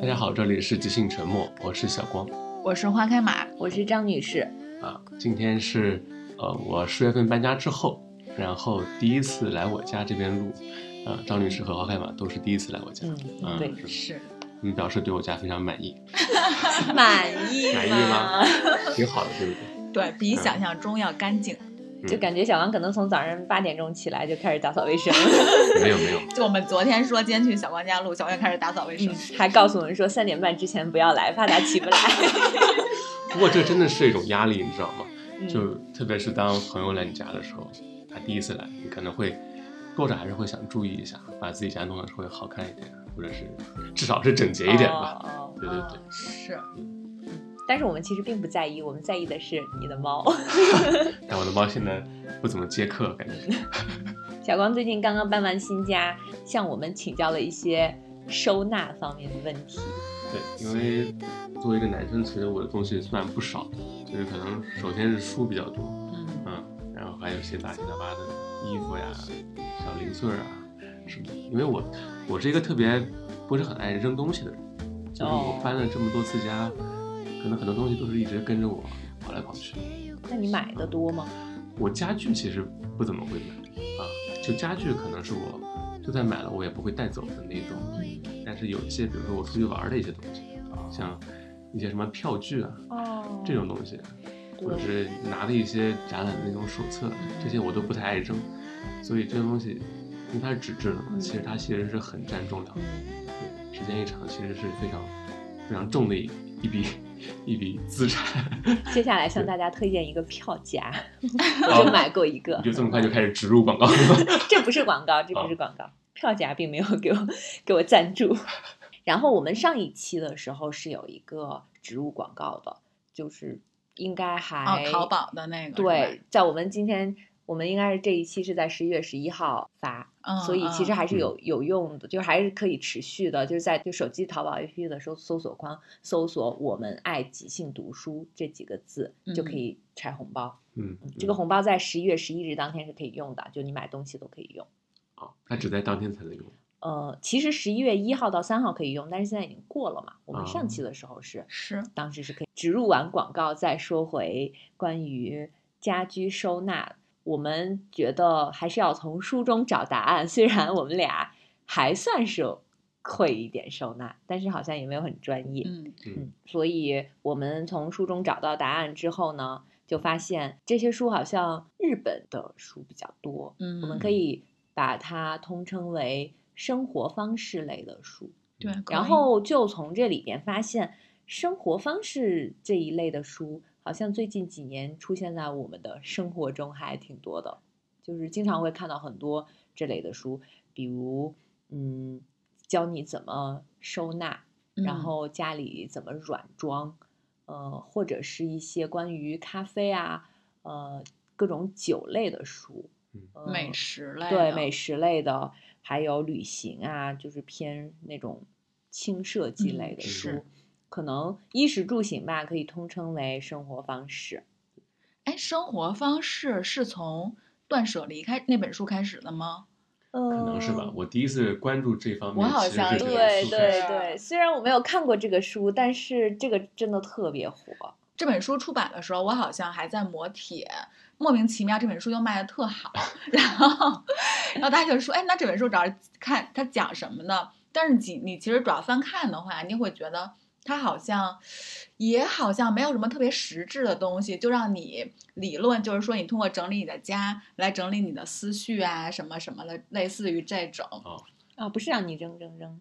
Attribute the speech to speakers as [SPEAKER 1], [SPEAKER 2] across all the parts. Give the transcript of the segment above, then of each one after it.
[SPEAKER 1] 大家好，这里是即兴沉默，我是小光。
[SPEAKER 2] 我是花开马，
[SPEAKER 3] 我是张女士，
[SPEAKER 1] 啊，今天是呃我十月份搬家之后，然后第一次来我家这边录，呃，张律师和花开马都是第一次来我家，嗯，
[SPEAKER 3] 对，
[SPEAKER 1] 是
[SPEAKER 2] 是
[SPEAKER 1] 你们表示对我家非常满意，
[SPEAKER 3] 嗯满意
[SPEAKER 1] 满意吗？挺好的，对不对？
[SPEAKER 2] 对比想象中要干净。
[SPEAKER 1] 嗯
[SPEAKER 3] 就感觉小王可能从早上八点钟起来就开始打扫卫生，嗯
[SPEAKER 1] 没有没有，
[SPEAKER 2] 就我们昨天说，今天去小光家录，小光也开始打扫卫生。
[SPEAKER 3] 还告诉我们说三点半之前不要来，怕他起不来。
[SPEAKER 1] 不过这真的是一种压力，你知道吗？
[SPEAKER 3] 嗯
[SPEAKER 1] 就特别是当朋友来你家的时候，他第一次来，你可能会多少还是会想注意一下，把自己家弄得稍微好看一点，或者是至少是整洁一点吧。
[SPEAKER 3] 哦。哦
[SPEAKER 1] 对对对，
[SPEAKER 2] 嗯是
[SPEAKER 3] 但是我们其实并不在意，我们在意的是你的猫。
[SPEAKER 1] 但我的猫现在不怎么接客，感觉。
[SPEAKER 3] 小光最近刚刚搬完新家，向我们请教了一些收纳方面的问题。
[SPEAKER 1] 对，因为作为一个男生，其实我的东西算不少的，就是可能首先是书比较多，
[SPEAKER 2] 嗯，
[SPEAKER 1] 嗯，然后还有一些杂七杂八的衣服呀、小零碎儿啊什么的。因为我我是一个特别不是很爱扔东西的人，就是我
[SPEAKER 3] 哦
[SPEAKER 1] 搬了这么多次家，可能很多东西都是一直跟着我跑来跑去。
[SPEAKER 3] 那你买的多吗？
[SPEAKER 1] 我家具其实不怎么会买啊，就家具可能是我就算买了我也不会带走的那种。但是有一些，比如说我出去玩的一些东西，像一些什么票据啊
[SPEAKER 3] 哦
[SPEAKER 1] 这种东西，或者
[SPEAKER 3] 对
[SPEAKER 1] 是拿的一些展览的那种手册，这些我都不太爱扔。所以这些东西，因为它是纸质的嘛，
[SPEAKER 3] 嗯
[SPEAKER 1] 其实它其实是很占重量的，
[SPEAKER 3] 嗯
[SPEAKER 1] 对时间一长其实是非常非常重的一一笔一笔资产。
[SPEAKER 3] 接下来向大家推荐一个票夹，
[SPEAKER 1] 好
[SPEAKER 3] 我就买过一个
[SPEAKER 1] 你。就这么快就开始植入广告了？
[SPEAKER 3] 这不是广
[SPEAKER 2] 啊
[SPEAKER 3] 告，这不是广告，票价并没有给我 给我赞助。然后我们上一期的时候是有一个植入广告的，就是应该还、
[SPEAKER 2] 哦，淘宝的那个是吧
[SPEAKER 3] 哎对，在我们今天我们应该是这一期是在十一月十一号发，
[SPEAKER 2] 嗯，
[SPEAKER 3] 所以其实
[SPEAKER 2] 嗯
[SPEAKER 3] 还是有有用的，就是还是可以持续的，就是在就手机淘宝 APP 的搜搜索框搜索“我们爱即兴读书”这几个字，就可
[SPEAKER 2] 嗯
[SPEAKER 3] 以拆红包。
[SPEAKER 1] 嗯，
[SPEAKER 3] 这个红包在十一月十一日当天是可以用的，就你买东西都可以用。
[SPEAKER 1] 好，它啊只在当天才能用。
[SPEAKER 3] 呃，其实十一月一号到三号可以用，但是现在已经过了嘛。我们
[SPEAKER 1] 哦
[SPEAKER 3] 上期的时候是、
[SPEAKER 2] 是
[SPEAKER 3] 当时是可以植入完广告再说回关于家居收纳，我们觉得还是要从书中找答案。虽然我们俩还算是会一点收纳，但是好像也没有很专业。
[SPEAKER 2] 嗯
[SPEAKER 3] 嗯，所以我们从书中找到答案之后呢，就发现这些书好像日本的书比较多，
[SPEAKER 2] 嗯，
[SPEAKER 3] 我们可以把它通称为生活方式类的书。
[SPEAKER 2] 对，可
[SPEAKER 3] 然
[SPEAKER 2] 以
[SPEAKER 3] 后就从这里边发现，生活方式这一类的书，好像最近几年出现在我们的生活中还挺多的，就是经常会看到很多这类的书，比如嗯，教你怎么收纳，然
[SPEAKER 2] 嗯
[SPEAKER 3] 后家里怎么软装，呃，或者是一些关于咖啡啊，呃，各种酒类的书，
[SPEAKER 1] 嗯
[SPEAKER 3] 呃
[SPEAKER 2] 美食类
[SPEAKER 3] 对
[SPEAKER 2] 的
[SPEAKER 3] 美食类的，还有旅行啊，就是偏那种轻设计
[SPEAKER 2] 嗯
[SPEAKER 3] 类的书，
[SPEAKER 2] 是
[SPEAKER 3] 可能衣食住行吧，可以通称为生活方式。
[SPEAKER 2] 哎，生活方式是从断舍离开那本书开始的吗？
[SPEAKER 3] 可
[SPEAKER 1] 可能是
[SPEAKER 3] 嗯
[SPEAKER 1] 吧，。我第一次关注这方面，
[SPEAKER 2] 我好
[SPEAKER 1] 其实
[SPEAKER 2] 像
[SPEAKER 1] 是这
[SPEAKER 2] 也本
[SPEAKER 1] 本
[SPEAKER 3] 对
[SPEAKER 1] 书开
[SPEAKER 2] 书
[SPEAKER 1] 始
[SPEAKER 3] 对
[SPEAKER 2] 是
[SPEAKER 3] 对，虽然我没有看过这个书，但是这个真的特别火。
[SPEAKER 2] 这本书出版的时候，我好像还在磨铁，莫名其妙这本书就卖的特 好，然后，然后大家就说，哎，那这本书主要是看它讲什么呢？但是你你其实主要翻看的话，你会觉得它好像也好像没有什么特别实质的东西，就让你理论就是说你通过整理你的家来整理你的思绪啊什么什么的，类似于这种。
[SPEAKER 3] 啊，不是让你扔扔扔，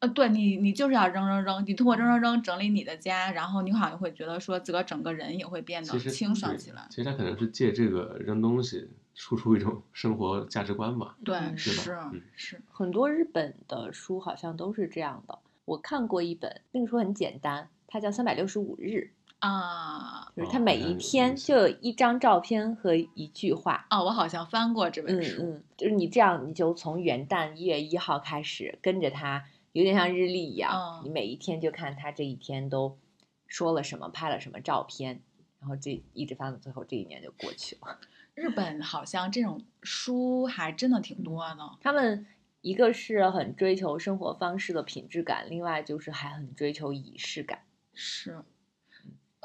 [SPEAKER 2] 呃，对你，你就是要扔扔扔，你通过扔扔扔整理你的家，然后你好像会觉得说自个儿整个人也会变得
[SPEAKER 1] 其实
[SPEAKER 2] 清爽
[SPEAKER 1] 对
[SPEAKER 2] 起来。
[SPEAKER 1] 其实他可能是借这个扔东西输出一种生活价值观吧。
[SPEAKER 2] 对，
[SPEAKER 3] 嗯
[SPEAKER 1] 是吧
[SPEAKER 2] 是
[SPEAKER 1] 嗯
[SPEAKER 2] 是，
[SPEAKER 3] 很多日本的书好像都是这样的。我看过一本，那个书很简单，它叫《三百六十五日
[SPEAKER 2] 啊》，
[SPEAKER 3] 就是
[SPEAKER 1] 哦
[SPEAKER 3] 它
[SPEAKER 1] 好
[SPEAKER 3] 每
[SPEAKER 1] 像有
[SPEAKER 3] 一
[SPEAKER 1] 印
[SPEAKER 3] 天就
[SPEAKER 1] 象
[SPEAKER 3] 有一张照片和一句话，
[SPEAKER 2] 啊，我好像翻过这
[SPEAKER 3] 嗯
[SPEAKER 2] 本书。
[SPEAKER 3] 嗯，就是你这样，你就从元旦一月一号开始跟着他，有点像日历一样，
[SPEAKER 2] 嗯
[SPEAKER 3] 你每一天就看他这一天都说了什么，拍了什么照片，然后这一直翻到最后，这一年就过去了。嗯
[SPEAKER 2] 日本好像这种书还真的挺多的。
[SPEAKER 3] 他们一个是很追求生活方式的品质感，另外就是还很追求仪式感。
[SPEAKER 2] 是，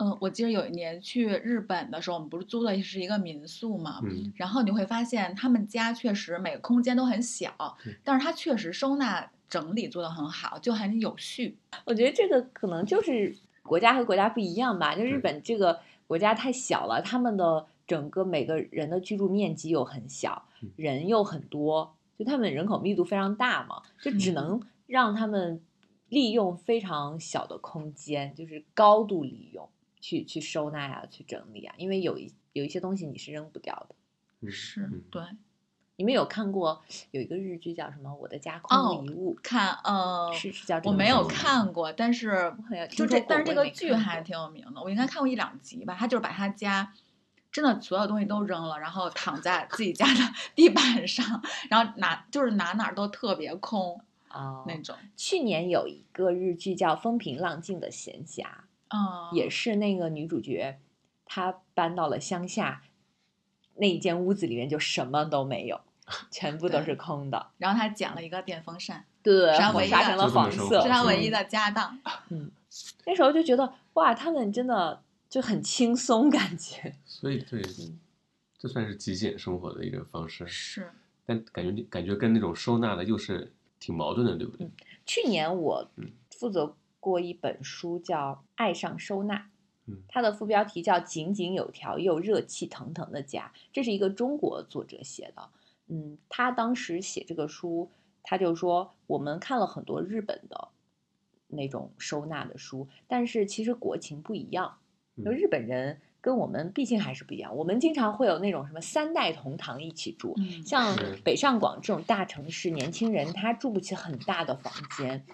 [SPEAKER 2] 嗯，我记得有一年去日本的时候，我们不是租的是一个民宿嘛，
[SPEAKER 1] 嗯，
[SPEAKER 2] 然后你会发现他们家确实每个空间都很小
[SPEAKER 1] 对，
[SPEAKER 2] 但是它确实收纳整理做得很好，就很有序。
[SPEAKER 3] 我觉得这个可能就是国家和国家不一样吧。就日
[SPEAKER 1] 对
[SPEAKER 3] 本这个国家太小了，他们的整个每个人的居住面积又很小
[SPEAKER 1] 嗯，
[SPEAKER 3] 人又很多，就他们人口密度非常大嘛，就只
[SPEAKER 2] 嗯
[SPEAKER 3] 能让他们利用非常小的空间，就是高度利用去去收纳呀、去整理啊，因为有一有一些东西你是扔不掉的。
[SPEAKER 1] 嗯
[SPEAKER 2] 是
[SPEAKER 1] 嗯
[SPEAKER 2] 对，
[SPEAKER 3] 你们有看过有一个日剧叫什么《我的家
[SPEAKER 2] 哦
[SPEAKER 3] 空无一物》？
[SPEAKER 2] 看呃，
[SPEAKER 3] 是是叫这
[SPEAKER 2] 我
[SPEAKER 3] 个
[SPEAKER 2] 没
[SPEAKER 3] 名
[SPEAKER 2] 有
[SPEAKER 3] 字吗
[SPEAKER 2] 看过，但是
[SPEAKER 3] 我好像
[SPEAKER 2] 就
[SPEAKER 3] 听
[SPEAKER 2] 这
[SPEAKER 3] 说，过
[SPEAKER 2] 但是这
[SPEAKER 3] 我
[SPEAKER 2] 个
[SPEAKER 3] 也没
[SPEAKER 2] 剧
[SPEAKER 3] 看
[SPEAKER 2] 还
[SPEAKER 3] 过
[SPEAKER 2] 挺有名的，我应该看过一两集吧。他就是把他家真的所有东西都扔了，然后躺在自己家 的地板上，然后哪就是哪哪儿都特别空
[SPEAKER 3] 哦，
[SPEAKER 2] 那种。
[SPEAKER 3] 去年有一个日剧叫《风平浪静的闲暇》，
[SPEAKER 2] 嗯，
[SPEAKER 3] 也是那个女主角，她搬到了乡下，那一间屋子里面就什么都没 有，全部都
[SPEAKER 2] 对
[SPEAKER 3] 是空的，
[SPEAKER 2] 然后他捡了一个电风扇，
[SPEAKER 3] 对，
[SPEAKER 2] 是她唯一
[SPEAKER 3] 刷
[SPEAKER 2] 的
[SPEAKER 3] 成了
[SPEAKER 1] 就这么
[SPEAKER 3] 黄
[SPEAKER 1] 生
[SPEAKER 3] 色
[SPEAKER 1] 活
[SPEAKER 2] 是。他
[SPEAKER 1] 是
[SPEAKER 2] 唯一的家当。
[SPEAKER 3] 嗯那时候就觉得哇，他们真的就很轻松，感觉。
[SPEAKER 1] 所以对，这算是极简生活的一个方式，
[SPEAKER 2] 是，
[SPEAKER 1] 但感觉感觉跟那种收纳的又是挺矛盾的，对不对？
[SPEAKER 3] 去年我
[SPEAKER 1] 嗯
[SPEAKER 3] 负责过一本书，叫《爱上收纳》
[SPEAKER 1] 嗯，
[SPEAKER 3] 它的副标题叫《井井有条又热气腾腾的家》，这是一个中国作者写的。嗯，他当时写这个书，他就说我们看了很多日本的那种收纳的书，但是其实国情不一样，就
[SPEAKER 1] 嗯
[SPEAKER 3] 日本人跟我们毕竟还是不一样，我们经常会有那种什么三代同堂一起住，
[SPEAKER 2] 嗯，
[SPEAKER 3] 像
[SPEAKER 1] 是
[SPEAKER 3] 北上广这种大城市，年轻人他住不起很大的房间，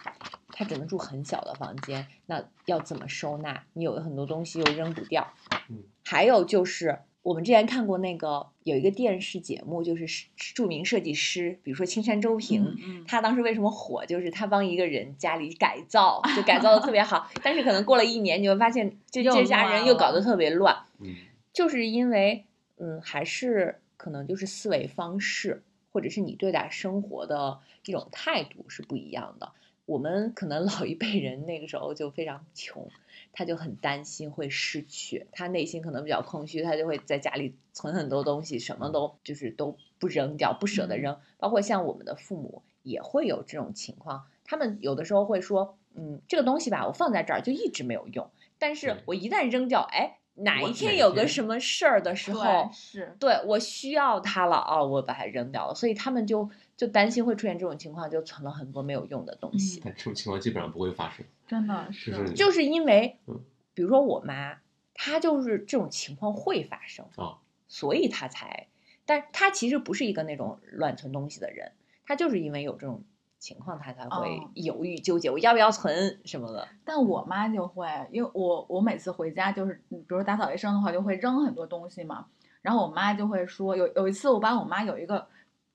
[SPEAKER 3] 他只能住很小的房间。那要怎么收纳？你有很多东西又扔不掉
[SPEAKER 1] 嗯。
[SPEAKER 3] 还有就是，我们之前看过那个有一个电视节目，就是是著名设计师，比如说青山周平。
[SPEAKER 2] 嗯，
[SPEAKER 3] 他当时为什么火？就是他帮一个人家里改造，就改造的特别好， 但是可能过了一年，你会发现这
[SPEAKER 2] 又
[SPEAKER 3] 这家人
[SPEAKER 2] 乱
[SPEAKER 3] 又
[SPEAKER 2] 了
[SPEAKER 3] 搞得特别乱。
[SPEAKER 1] 嗯，
[SPEAKER 3] 就是因为，嗯，还是可能就是思维方式，或者是你对待生活的一种态度是不一样的。我们可能 老一辈人那个时候就非常穷，他就很担心会失去，他内心可能比较空虚，他就会在家里存很多东西，什么都就是都不扔掉，不舍得
[SPEAKER 2] 嗯
[SPEAKER 3] 扔。包括像我们的父母也会有这种情况，他们有的时候会说，嗯，这个东西吧，我放在这儿就一直没有用，但是
[SPEAKER 1] 对
[SPEAKER 3] 我一旦扔掉，哎，哪
[SPEAKER 1] 我
[SPEAKER 3] 一天
[SPEAKER 1] 哪
[SPEAKER 3] 有
[SPEAKER 1] 一
[SPEAKER 3] 个
[SPEAKER 1] 天
[SPEAKER 3] 什么事儿的时候
[SPEAKER 2] 对，是，
[SPEAKER 3] 对我需要它了哦，我把它扔掉了，所以他们就就担心会出现这种情况，就存了很多没有用的东西，
[SPEAKER 1] 但这种情况基本上不会发生，
[SPEAKER 2] 真的
[SPEAKER 1] 是
[SPEAKER 2] 是
[SPEAKER 1] 不是？
[SPEAKER 3] 嗯就是因为
[SPEAKER 1] 嗯，
[SPEAKER 3] 比如说我妈，她就是这种情况会发生，
[SPEAKER 1] 哦，
[SPEAKER 3] 所以她才，但她其实不是一个那种乱存东西的人，她就是因为有这种情况，她才会
[SPEAKER 2] 哦
[SPEAKER 3] 犹豫纠结，我要不要存什么的，
[SPEAKER 2] 但我妈就会，因为我我每次回家就是，嗯比如打扫卫生的话，就会扔很多东西嘛。然后我妈就会说，有有一次我把我妈有一个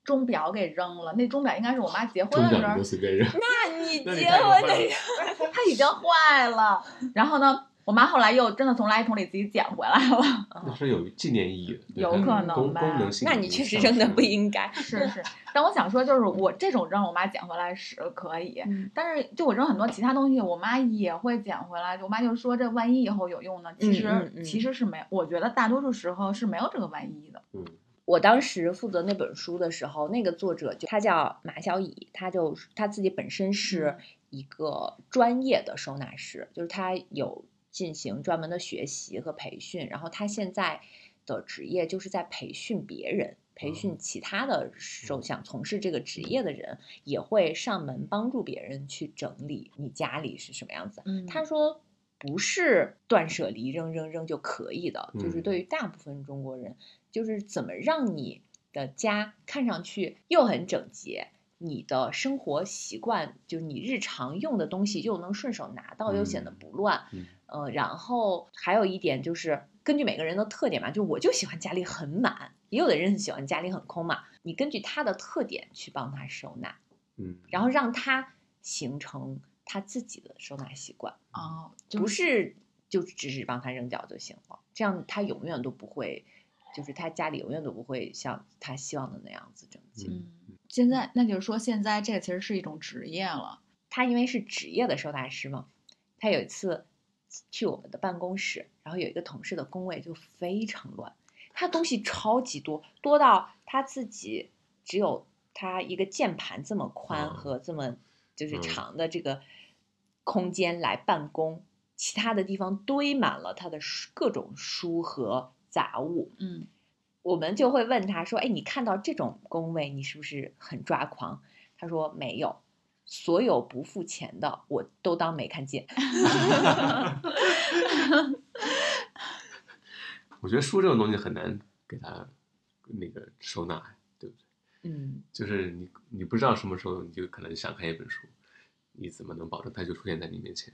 [SPEAKER 2] 钟表给扔了，那钟表应该是我妈结婚
[SPEAKER 1] 中
[SPEAKER 2] 的时
[SPEAKER 1] 奖
[SPEAKER 2] 候
[SPEAKER 1] 你就，随便扔，
[SPEAKER 3] 那你
[SPEAKER 1] 那你
[SPEAKER 3] 结
[SPEAKER 1] 太过
[SPEAKER 3] 婚
[SPEAKER 1] 分
[SPEAKER 3] 的
[SPEAKER 1] 了
[SPEAKER 3] 人
[SPEAKER 2] 它已经坏了。然后呢，我妈后来又真的从垃圾桶里自己捡回来了。
[SPEAKER 1] 那是有纪念意义的，对
[SPEAKER 2] 有
[SPEAKER 1] 它
[SPEAKER 2] 可
[SPEAKER 1] 功
[SPEAKER 2] 能
[SPEAKER 1] 功
[SPEAKER 2] 吧
[SPEAKER 1] 能性
[SPEAKER 3] 那
[SPEAKER 1] 已
[SPEAKER 3] 你
[SPEAKER 1] 经
[SPEAKER 3] 确实
[SPEAKER 1] 丧
[SPEAKER 3] 扔的
[SPEAKER 1] 失
[SPEAKER 3] 不
[SPEAKER 1] 了
[SPEAKER 3] 应该。
[SPEAKER 2] 是是，但我想说，就是我这种让我妈捡回来是可以，
[SPEAKER 3] 嗯
[SPEAKER 2] 但是就我扔很多其他东西，我妈也会捡回来。我妈就说，这万一以后有用呢？其
[SPEAKER 3] 嗯
[SPEAKER 2] 实、
[SPEAKER 3] 嗯嗯
[SPEAKER 2] 其实是没有，我觉得大多数时候是没有这个万一的。
[SPEAKER 1] 嗯，
[SPEAKER 3] 我当时负责那本书的时候，那个作者就他叫马小乙，他就他自己本身是一个专业的收纳师，就是他有进行专门的学习和培训，然后他现在的职业就是在培训别人，培训其他的手想从事这个职业的人，也会上门帮助别人去整理你家里是什么样子。
[SPEAKER 2] 嗯
[SPEAKER 3] 他说不是断舍离扔扔扔就可以的，就是
[SPEAKER 1] 嗯
[SPEAKER 3] 对于大部分中国人，就是怎么让你的家看上去又很整洁。你的生活习惯，就是你日常用的东西又能顺手拿到，又显得
[SPEAKER 1] 嗯
[SPEAKER 3] 不乱。
[SPEAKER 1] 嗯
[SPEAKER 3] 呃，然后还有一点就是根据每个人的特点嘛，就我就喜欢家里很满，也有的人喜欢家里很空嘛。你根据他的特点去帮他收纳，
[SPEAKER 1] 嗯，
[SPEAKER 3] 然后让他形成他自己的收纳习惯，
[SPEAKER 2] 哦，就
[SPEAKER 3] 不是就只是帮他扔掉就行了。这样他永远都不会，就是他家里永远都不会像他希望的那样子整洁。
[SPEAKER 1] 嗯
[SPEAKER 2] 嗯，现在那就是说，现在这个其实是一种职业了。
[SPEAKER 3] 他因为是职业的收纳师嘛，他有一次去我们的办公室，然后有一个同事的工位就非常乱，他东西超级多，多到他自己只有他一个键盘这么宽
[SPEAKER 1] 嗯
[SPEAKER 3] 和这么就是
[SPEAKER 1] 嗯
[SPEAKER 3] 长的这个空间来办公，其他的地方堆满了他的书各种书和杂物。
[SPEAKER 2] 嗯
[SPEAKER 3] 我们就会问他说：“哎，你看到这种工位，你是不是很抓狂？”他说：“没有，所有不付钱的我都当没看见。
[SPEAKER 1] 我觉得书这种东西很难给它那个收纳，对不对？”
[SPEAKER 3] 嗯，
[SPEAKER 1] 就是你你不知道什么时候你就可能想看一本书，你怎么能保证它就出现在你面前？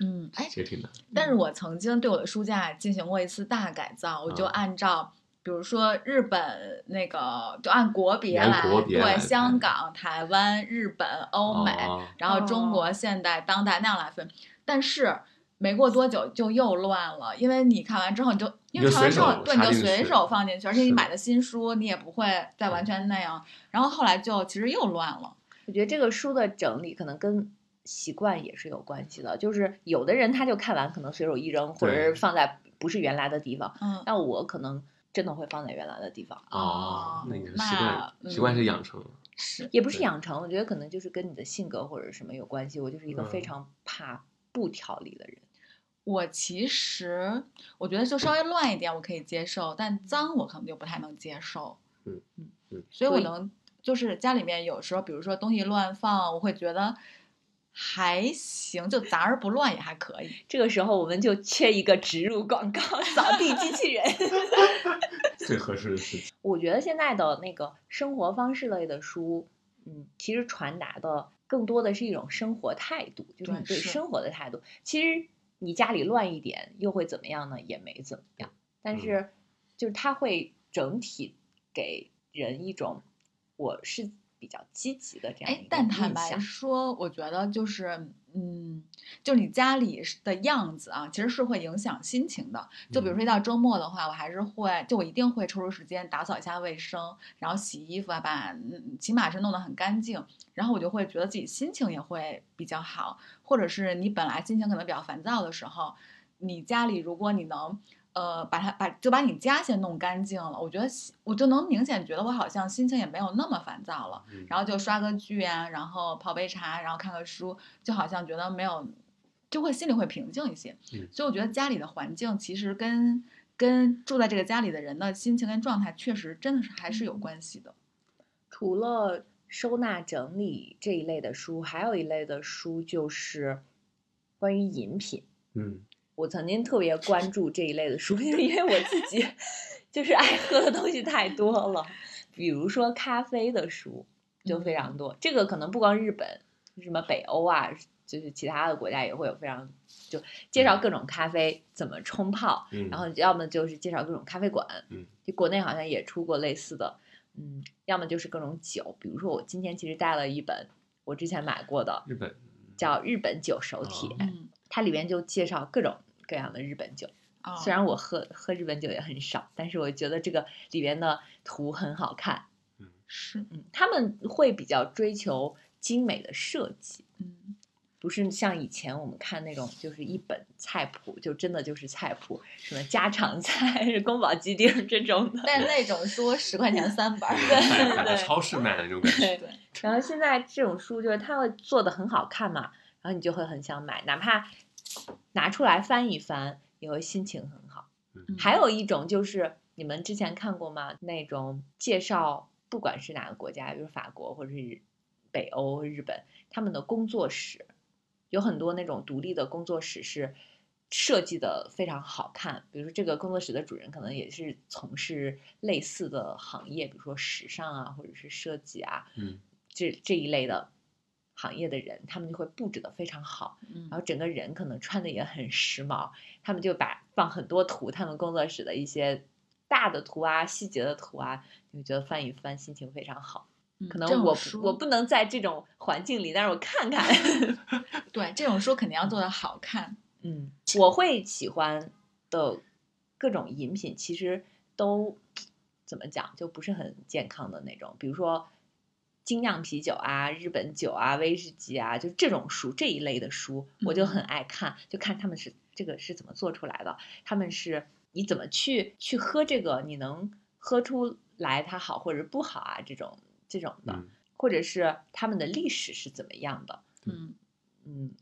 [SPEAKER 2] 嗯，哎，
[SPEAKER 1] 这也挺难。
[SPEAKER 2] 但是我曾经对我的书架进行过一次大改造，我就
[SPEAKER 1] 啊
[SPEAKER 2] 按照。比如说日本那个，就按国别
[SPEAKER 1] 按
[SPEAKER 2] 来，
[SPEAKER 1] 国别来
[SPEAKER 2] 对，香
[SPEAKER 1] 看
[SPEAKER 2] 港、台湾、日本、欧美，
[SPEAKER 1] 哦
[SPEAKER 2] 然后中国现代、当代那样来分。但是没过多久就又乱了，因为你看完之后你就因为
[SPEAKER 1] 你就
[SPEAKER 2] 看完之后
[SPEAKER 1] 随手，
[SPEAKER 2] 对你就
[SPEAKER 1] 插进去
[SPEAKER 2] 随手放进去，而且
[SPEAKER 1] 是
[SPEAKER 2] 你
[SPEAKER 1] 的
[SPEAKER 2] 买的新书你也不会再完全那样。然后后来就其实又乱了，
[SPEAKER 3] 我觉得这个书的整理可能跟习惯也是有关系的，就是有的人他就看完可能随手一扔，或者是
[SPEAKER 1] 对
[SPEAKER 3] 放在不是原来的地方，
[SPEAKER 2] 嗯，
[SPEAKER 3] 但我可能真的会放在原来的地方，
[SPEAKER 2] 哦
[SPEAKER 1] 那你的
[SPEAKER 2] 那
[SPEAKER 1] 习惯、
[SPEAKER 2] 嗯
[SPEAKER 1] 习惯是养成了，
[SPEAKER 2] 是，
[SPEAKER 3] 也不是
[SPEAKER 1] 对
[SPEAKER 3] 养成，我觉得可能就是跟你的性格或者什么有关系。我就是一个非
[SPEAKER 1] 嗯
[SPEAKER 3] 常怕不条理的人。
[SPEAKER 2] 我其实我觉得就稍微乱一点我可以接受，但脏我可能就不太能接受。
[SPEAKER 1] 嗯嗯
[SPEAKER 2] 所以
[SPEAKER 3] 所
[SPEAKER 2] 我
[SPEAKER 3] 以
[SPEAKER 2] 能就是家里面有时候，比如说东西乱放，我会觉得还行，就杂而不乱也还可以。
[SPEAKER 3] 这个时候我们就缺一个植入广告扫地机器人。
[SPEAKER 1] 最合适的事情。
[SPEAKER 3] 我觉得现在的那个生活方式类的书，嗯，其实传达的更多的是一种生活态度，就是
[SPEAKER 2] 对
[SPEAKER 3] 你对
[SPEAKER 2] 是
[SPEAKER 3] 生活的态度。其实你家里乱一点又会怎么样呢？也没怎么样。但
[SPEAKER 1] 嗯
[SPEAKER 3] 是就是它会整体给人一种我是比较积极的这样一
[SPEAKER 2] 哎
[SPEAKER 3] 个，
[SPEAKER 2] 但坦
[SPEAKER 3] 印
[SPEAKER 2] 白
[SPEAKER 3] 象
[SPEAKER 2] 说，我觉得就是，嗯，就你家里是的样子啊，其实是会影响心情的。就比如
[SPEAKER 1] 嗯
[SPEAKER 2] 说一到周末的话，我还是会，就我一定会抽出时间打扫一下卫生，然后洗衣服啊，把嗯起码是弄得很干净，然后我就会觉得自己心情也会比较好，或者是你本来心情可能比较烦躁的时候，你家里如果你能。呃，把它把就把你家先弄干净了，我觉得心我就能明显觉得我好像心情也没有那么烦躁了。
[SPEAKER 1] 嗯
[SPEAKER 2] 然后就刷个剧啊，然后泡杯茶，然后看个书，就好像觉得没有，就会心里会平静一些。
[SPEAKER 1] 嗯
[SPEAKER 2] 所以我觉得家里的环境其实跟跟住在这个家里的人的心情跟状态，确实真的是还是有关系的。
[SPEAKER 3] 除了收纳整理这一类的书，还有一类的书就是关于饮品。
[SPEAKER 1] 嗯，
[SPEAKER 3] 我曾经特别关注这一类的书， 就是因为我自己就是爱喝的东西太多了，比如说咖啡的书就非常多。这个可能不光日本，什么北欧啊，就是其他的国家也会有非常就介绍各种咖啡怎么冲泡，
[SPEAKER 1] 嗯
[SPEAKER 3] 然后要么就是介绍各种咖啡馆，
[SPEAKER 1] 嗯，
[SPEAKER 3] 就国内好像也出过类似的，嗯，要么就是各种酒，比如说我今天其实带了一本我之前买过的
[SPEAKER 1] 日本嗯
[SPEAKER 3] 叫《日本酒手帖》，
[SPEAKER 1] 哦
[SPEAKER 2] 嗯，
[SPEAKER 3] 它里面就介绍各种各样的日本酒。
[SPEAKER 2] 哦，
[SPEAKER 3] 虽然我喝喝日本酒也很少，但是我觉得这个里边的图很好看。
[SPEAKER 2] 是，
[SPEAKER 3] 嗯，他们会比较追求精美的设计，
[SPEAKER 2] 嗯，
[SPEAKER 3] 不是像以前我们看那种就是一本菜谱，就真的就是菜谱，什么家常菜、 宫保鸡丁这种的。
[SPEAKER 2] 但是那种书十块钱三本儿，
[SPEAKER 1] 在在
[SPEAKER 3] 对
[SPEAKER 1] 超市卖的那种感觉，
[SPEAKER 3] 对，然后现在这种书就是它会做的很好看嘛，然后你就会很想买，哪怕拿出来翻一翻，也会心情很好。
[SPEAKER 1] 嗯
[SPEAKER 3] 还有一种就是你们之前看过吗？那种介绍，不管是哪个国家，比如法国或者是北欧、日本，他们的工作室有很多那种独立的工作室是设计的非常好看。比如说这个工作室的主人可能也是从事类似的行业，比如说时尚啊，或者是设计啊，
[SPEAKER 1] 嗯，
[SPEAKER 3] 这这一类的行业的人，他们就会布置的非常好。
[SPEAKER 2] 嗯，
[SPEAKER 3] 然后整个人可能穿的也很时髦，他们就把放很多图，他们工作室的一些大的图啊、细节的图啊，你会觉得翻一翻心情非常好。
[SPEAKER 2] 嗯
[SPEAKER 3] 可
[SPEAKER 2] 这
[SPEAKER 3] 能
[SPEAKER 2] 种
[SPEAKER 3] 我不
[SPEAKER 2] 书
[SPEAKER 3] 我不能在这种环境里，但是我看看，
[SPEAKER 2] 对这种书肯定要做的好看，
[SPEAKER 3] 嗯，我会喜欢的各种饮品，其实都怎么讲，就不是很健康的那种，比如说。精酿啤酒啊、日本酒啊、威士忌啊，就这种书这一类的书，我就很爱看，就看他们是这个是怎么做出来的，他们是你怎么去去喝这个，你能喝出来它好或者不好啊，这种这种的，
[SPEAKER 1] 嗯
[SPEAKER 3] 或者是他们的历史是怎么样的，
[SPEAKER 2] 嗯
[SPEAKER 3] 嗯，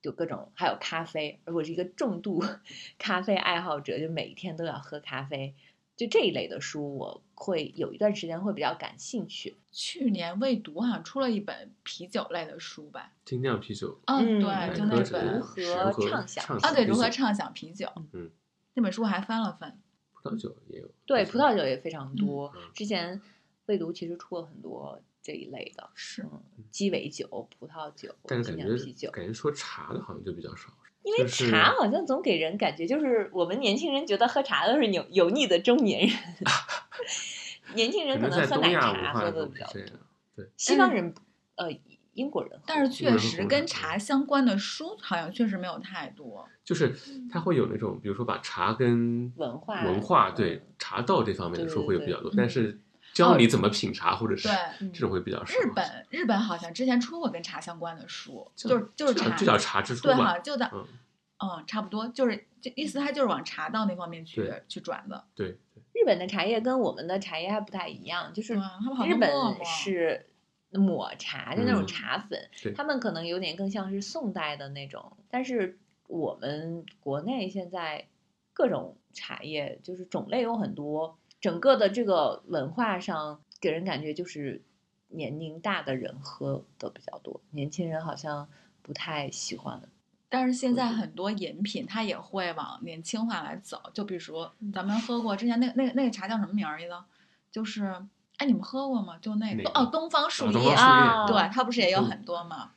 [SPEAKER 3] 就各种，还有咖啡。我是一个重度 咖啡爱好者，就每天都要喝咖啡。就这一类的书，我会有一段时间会比较感兴趣。
[SPEAKER 2] 去年未读好像出了一本啤酒类的书吧？
[SPEAKER 1] 精酿啤酒，
[SPEAKER 2] 嗯，
[SPEAKER 3] 哎
[SPEAKER 2] 对，就那
[SPEAKER 1] 喝起来
[SPEAKER 2] 本
[SPEAKER 3] 如何
[SPEAKER 1] 如何
[SPEAKER 3] 畅想
[SPEAKER 1] 畅
[SPEAKER 2] 啊，对，
[SPEAKER 1] 啤
[SPEAKER 2] 如何
[SPEAKER 1] 酒
[SPEAKER 2] 畅想啤酒，
[SPEAKER 1] 嗯，
[SPEAKER 2] 那本书我还翻了翻，
[SPEAKER 1] 葡萄酒也有，
[SPEAKER 3] 对，
[SPEAKER 1] 就是
[SPEAKER 3] 葡萄酒也非常多。
[SPEAKER 1] 嗯
[SPEAKER 3] 之前未读其实出了很多这一类的，
[SPEAKER 2] 是
[SPEAKER 3] 嗯，鸡尾酒、葡萄酒、
[SPEAKER 1] 但是
[SPEAKER 3] 精
[SPEAKER 1] 感
[SPEAKER 3] 酿啤
[SPEAKER 1] 觉
[SPEAKER 3] 酒。
[SPEAKER 1] 感觉说茶的好像就比较少，
[SPEAKER 3] 因为
[SPEAKER 1] 就是
[SPEAKER 3] 茶好像总给人感觉就是我们年轻人觉得喝茶都是油油腻的中 年人，年轻人可
[SPEAKER 1] 能在
[SPEAKER 3] 能喝
[SPEAKER 1] 东
[SPEAKER 3] 奶
[SPEAKER 1] 亚文
[SPEAKER 3] 茶
[SPEAKER 1] 化
[SPEAKER 3] 喝的
[SPEAKER 1] 中
[SPEAKER 3] 比
[SPEAKER 1] 是
[SPEAKER 3] 较
[SPEAKER 1] 这
[SPEAKER 3] 多。
[SPEAKER 1] 样，
[SPEAKER 3] 西方人，呃，英国人喝，
[SPEAKER 2] 但是
[SPEAKER 1] 有
[SPEAKER 2] 确
[SPEAKER 1] 人
[SPEAKER 2] 实
[SPEAKER 1] 红
[SPEAKER 2] 跟
[SPEAKER 1] 的
[SPEAKER 2] 茶相关的书好像确实没有太多，
[SPEAKER 1] 就是
[SPEAKER 2] 嗯
[SPEAKER 1] 它会有那种，比如说把茶跟
[SPEAKER 3] 文化
[SPEAKER 1] 文化对
[SPEAKER 3] 嗯
[SPEAKER 1] 茶道这方面的
[SPEAKER 3] 对
[SPEAKER 1] 书
[SPEAKER 3] 对
[SPEAKER 1] 会有
[SPEAKER 3] 对
[SPEAKER 1] 比较多
[SPEAKER 2] 嗯，
[SPEAKER 1] 但是
[SPEAKER 2] 哦
[SPEAKER 1] 教你怎么品茶或者是
[SPEAKER 2] 对。
[SPEAKER 1] 这种会比较少。
[SPEAKER 2] 嗯日本日本好像之前出过跟茶相关的书，
[SPEAKER 1] 就
[SPEAKER 2] 就是就是茶，
[SPEAKER 1] 就叫茶之初
[SPEAKER 2] 对，好
[SPEAKER 1] 嘛，
[SPEAKER 2] 像就在
[SPEAKER 1] 嗯，
[SPEAKER 2] 嗯，差不多就是这意思，它就是往茶道那方面去
[SPEAKER 1] 对
[SPEAKER 2] 去转的。
[SPEAKER 1] 对对，
[SPEAKER 3] 日本的茶叶跟我们的茶叶还不太一样，就是
[SPEAKER 2] 对啊，他们好
[SPEAKER 3] 日
[SPEAKER 2] 像默
[SPEAKER 3] 本
[SPEAKER 2] 默
[SPEAKER 3] 是抹茶，就那种
[SPEAKER 1] 嗯
[SPEAKER 3] 茶粉
[SPEAKER 1] 对，
[SPEAKER 3] 他们可能有点更像是宋代的那种，但是我们国内现在各种茶叶就是种类有很多，整个的这个文化上给人感觉就是年龄大的人喝的比较多，年轻人好像不太喜欢。
[SPEAKER 2] 但是现在
[SPEAKER 1] 嗯
[SPEAKER 2] 很多饮品它也会往年轻化来走，就比如说
[SPEAKER 3] 嗯
[SPEAKER 2] 咱们喝过之前那个那个那个茶叫什么名儿来着？就是哎，你们喝过吗？就那
[SPEAKER 1] 哪
[SPEAKER 2] 个
[SPEAKER 1] 个
[SPEAKER 2] 哦，东方树
[SPEAKER 1] 啊东
[SPEAKER 2] 叶，
[SPEAKER 1] 方
[SPEAKER 3] 啊
[SPEAKER 1] 树
[SPEAKER 2] 对，它不是也有
[SPEAKER 1] 嗯
[SPEAKER 2] 很多吗？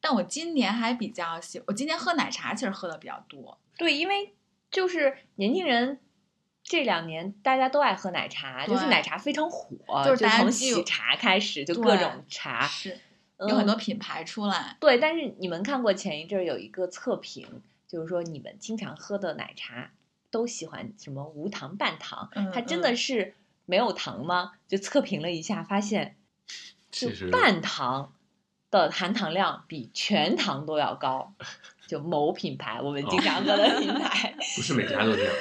[SPEAKER 2] 但我今年还比较喜，我今年喝奶茶其实喝的比较多，
[SPEAKER 3] 对，因为就是年轻人这两年大家都爱喝奶茶，就是
[SPEAKER 2] 对
[SPEAKER 3] 奶茶非常火，
[SPEAKER 2] 就
[SPEAKER 3] 就是
[SPEAKER 2] 大家
[SPEAKER 3] 从
[SPEAKER 2] 既有
[SPEAKER 3] 喜茶开始，就
[SPEAKER 2] 对
[SPEAKER 3] 各种茶，
[SPEAKER 2] 是
[SPEAKER 3] 嗯
[SPEAKER 2] 有很多品牌出来，
[SPEAKER 3] 对。但是你们看过前一阵儿有一个测评，就是说你们经常喝的奶茶都喜欢什么无糖、半糖，
[SPEAKER 2] 嗯
[SPEAKER 3] 它真的
[SPEAKER 2] 嗯
[SPEAKER 3] 是没有糖吗？就测评了一下，发现就
[SPEAKER 1] 其实
[SPEAKER 3] 半糖的含糖量比全糖都要高。就某品牌，我们经常喝
[SPEAKER 2] 哦
[SPEAKER 3] 的品牌，
[SPEAKER 1] 不是每家都这样，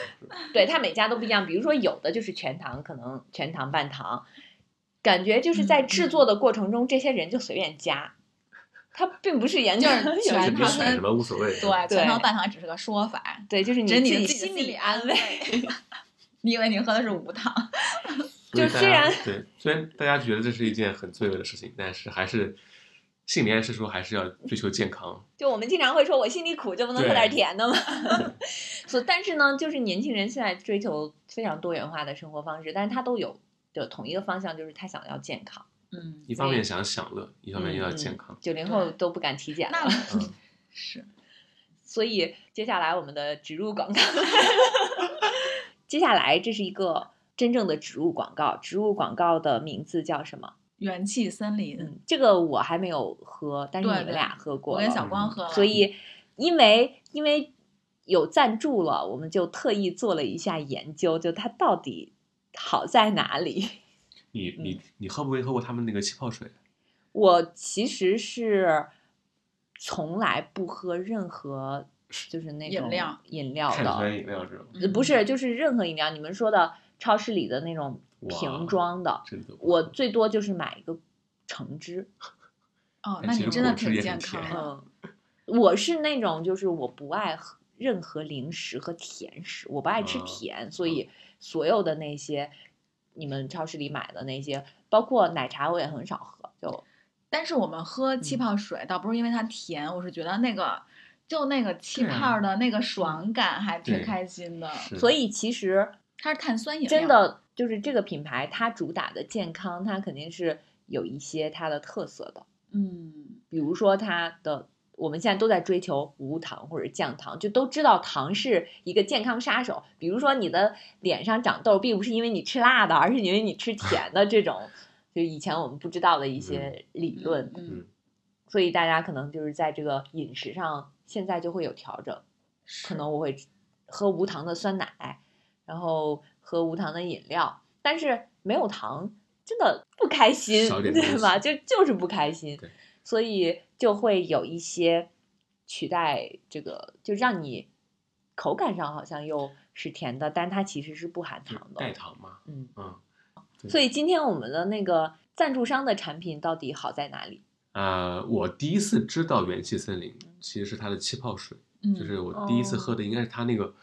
[SPEAKER 3] 对，它每家都不一样。比如说，有的就是全糖，可能全糖、半糖，感觉就是在
[SPEAKER 2] 嗯
[SPEAKER 3] 制作的过程中，这些人就随便加，它并不是研究
[SPEAKER 2] 就是
[SPEAKER 1] 就是
[SPEAKER 2] 全
[SPEAKER 3] 有人
[SPEAKER 1] 你
[SPEAKER 2] 糖
[SPEAKER 1] 选什么无所谓，
[SPEAKER 2] 对，
[SPEAKER 3] 对
[SPEAKER 2] 全糖半糖只是个说法，
[SPEAKER 3] 对，就是你
[SPEAKER 2] 只是你的
[SPEAKER 3] 己
[SPEAKER 2] 自己的
[SPEAKER 3] 心
[SPEAKER 2] 心
[SPEAKER 3] 理
[SPEAKER 2] 理
[SPEAKER 3] 安
[SPEAKER 2] 安
[SPEAKER 3] 慰。
[SPEAKER 2] 你以为你喝的是无 糖，
[SPEAKER 1] 所以
[SPEAKER 3] 就
[SPEAKER 1] 大
[SPEAKER 3] 虽
[SPEAKER 1] 家
[SPEAKER 3] 然
[SPEAKER 1] 对，虽然大家觉得这是一件很罪恶的事情，但是还是性里暗示说还是要追求健康，
[SPEAKER 3] 就我们经常会说，我心里苦，就不能喝
[SPEAKER 1] 对
[SPEAKER 3] 点甜的吗？ 所以但是呢，就是年轻人现在追求非常多元化的生活方式，但是他都有的同一个方向，就是他想要健康。
[SPEAKER 2] 嗯，
[SPEAKER 1] 一方面想享乐，一方面又要健康。
[SPEAKER 3] 九零后都不敢体检了，
[SPEAKER 2] 那
[SPEAKER 1] 嗯
[SPEAKER 2] 是
[SPEAKER 3] 所以接下来我们的植入广告， 接下来这是一个真正的植入广告，植入广告的名字叫什么？
[SPEAKER 2] 元气森林，
[SPEAKER 3] 嗯，这个我还没有喝，但是你
[SPEAKER 2] 对
[SPEAKER 3] 们
[SPEAKER 2] 对
[SPEAKER 3] 俩喝过
[SPEAKER 2] 我
[SPEAKER 3] 了，
[SPEAKER 2] 跟小光喝了，
[SPEAKER 3] 所以因为因为有赞助了，我们就特意做了一下研究，就它到底好在哪里。
[SPEAKER 1] 你
[SPEAKER 3] 嗯
[SPEAKER 1] 你你喝不会喝过他们那个气泡水？
[SPEAKER 3] 我其实是从来不喝任何就是那
[SPEAKER 2] 饮
[SPEAKER 3] 种
[SPEAKER 2] 料
[SPEAKER 3] 饮料
[SPEAKER 1] 碳
[SPEAKER 3] 的，
[SPEAKER 1] 酸饮料这种，
[SPEAKER 2] 嗯
[SPEAKER 3] 不是，就是任何饮料，你们说的超市里的那种瓶
[SPEAKER 1] 哇
[SPEAKER 3] 装的，
[SPEAKER 1] 真的不
[SPEAKER 3] 我
[SPEAKER 1] 喝
[SPEAKER 3] 最多就是买一个橙汁。
[SPEAKER 2] 哦，
[SPEAKER 1] 但
[SPEAKER 2] 那
[SPEAKER 1] 其
[SPEAKER 2] 你
[SPEAKER 1] 实
[SPEAKER 2] 真的
[SPEAKER 1] 果汁
[SPEAKER 2] 挺
[SPEAKER 1] 也
[SPEAKER 2] 健
[SPEAKER 1] 很
[SPEAKER 2] 康
[SPEAKER 1] 甜
[SPEAKER 2] 的，
[SPEAKER 3] 嗯，我是那种就是我不爱喝任何零食和甜食，我不爱吃
[SPEAKER 1] 啊
[SPEAKER 3] 甜，所以所有的那些你们超市里买的那些，包括奶茶，我也很少喝。就
[SPEAKER 2] 但是我们喝气
[SPEAKER 3] 嗯
[SPEAKER 2] 泡水倒不是因为它甜，我是觉得那个就那个气
[SPEAKER 1] 对啊
[SPEAKER 2] 泡的那个爽感还挺
[SPEAKER 1] 对
[SPEAKER 2] 开心的，
[SPEAKER 1] 是
[SPEAKER 3] 所以其实
[SPEAKER 2] 它是碳酸饮料，
[SPEAKER 3] 真的就是这个品牌，它主打的健康，它肯定是有一些它的特色的。
[SPEAKER 2] 嗯，
[SPEAKER 3] 比如说它的，我们现在都在追求无糖或者降糖，就都知道糖是一个健康杀手。比如说你的脸上长痘，并不是因为你吃辣的，而是因为你吃甜的这种，就以前我们不知道的一些理论。
[SPEAKER 2] 嗯，
[SPEAKER 1] 嗯
[SPEAKER 3] 所以大家可能就是在这个饮食上，现在就会有调整。可
[SPEAKER 2] 是
[SPEAKER 3] 能我会喝无糖的酸奶，然后喝无糖的饮料，但是没有糖真的不开心，
[SPEAKER 1] 少点东
[SPEAKER 3] 对
[SPEAKER 1] 西
[SPEAKER 3] 吧？就就是不开心
[SPEAKER 1] 对，
[SPEAKER 3] 所以就会有一些取代这个，就让你口感上好像又是甜的，但它其实是不含
[SPEAKER 1] 就
[SPEAKER 3] 糖
[SPEAKER 1] 代
[SPEAKER 3] 的。
[SPEAKER 1] 糖嘛，
[SPEAKER 3] 嗯，
[SPEAKER 1] 嗯对
[SPEAKER 3] 所以今天我们的那个赞助商的产品到底好在哪里？
[SPEAKER 1] 呃，我第一次知道元气森林其实是它的气泡水，
[SPEAKER 2] 嗯，
[SPEAKER 1] 就是我第一次
[SPEAKER 3] 哦
[SPEAKER 1] 喝的应该是它那个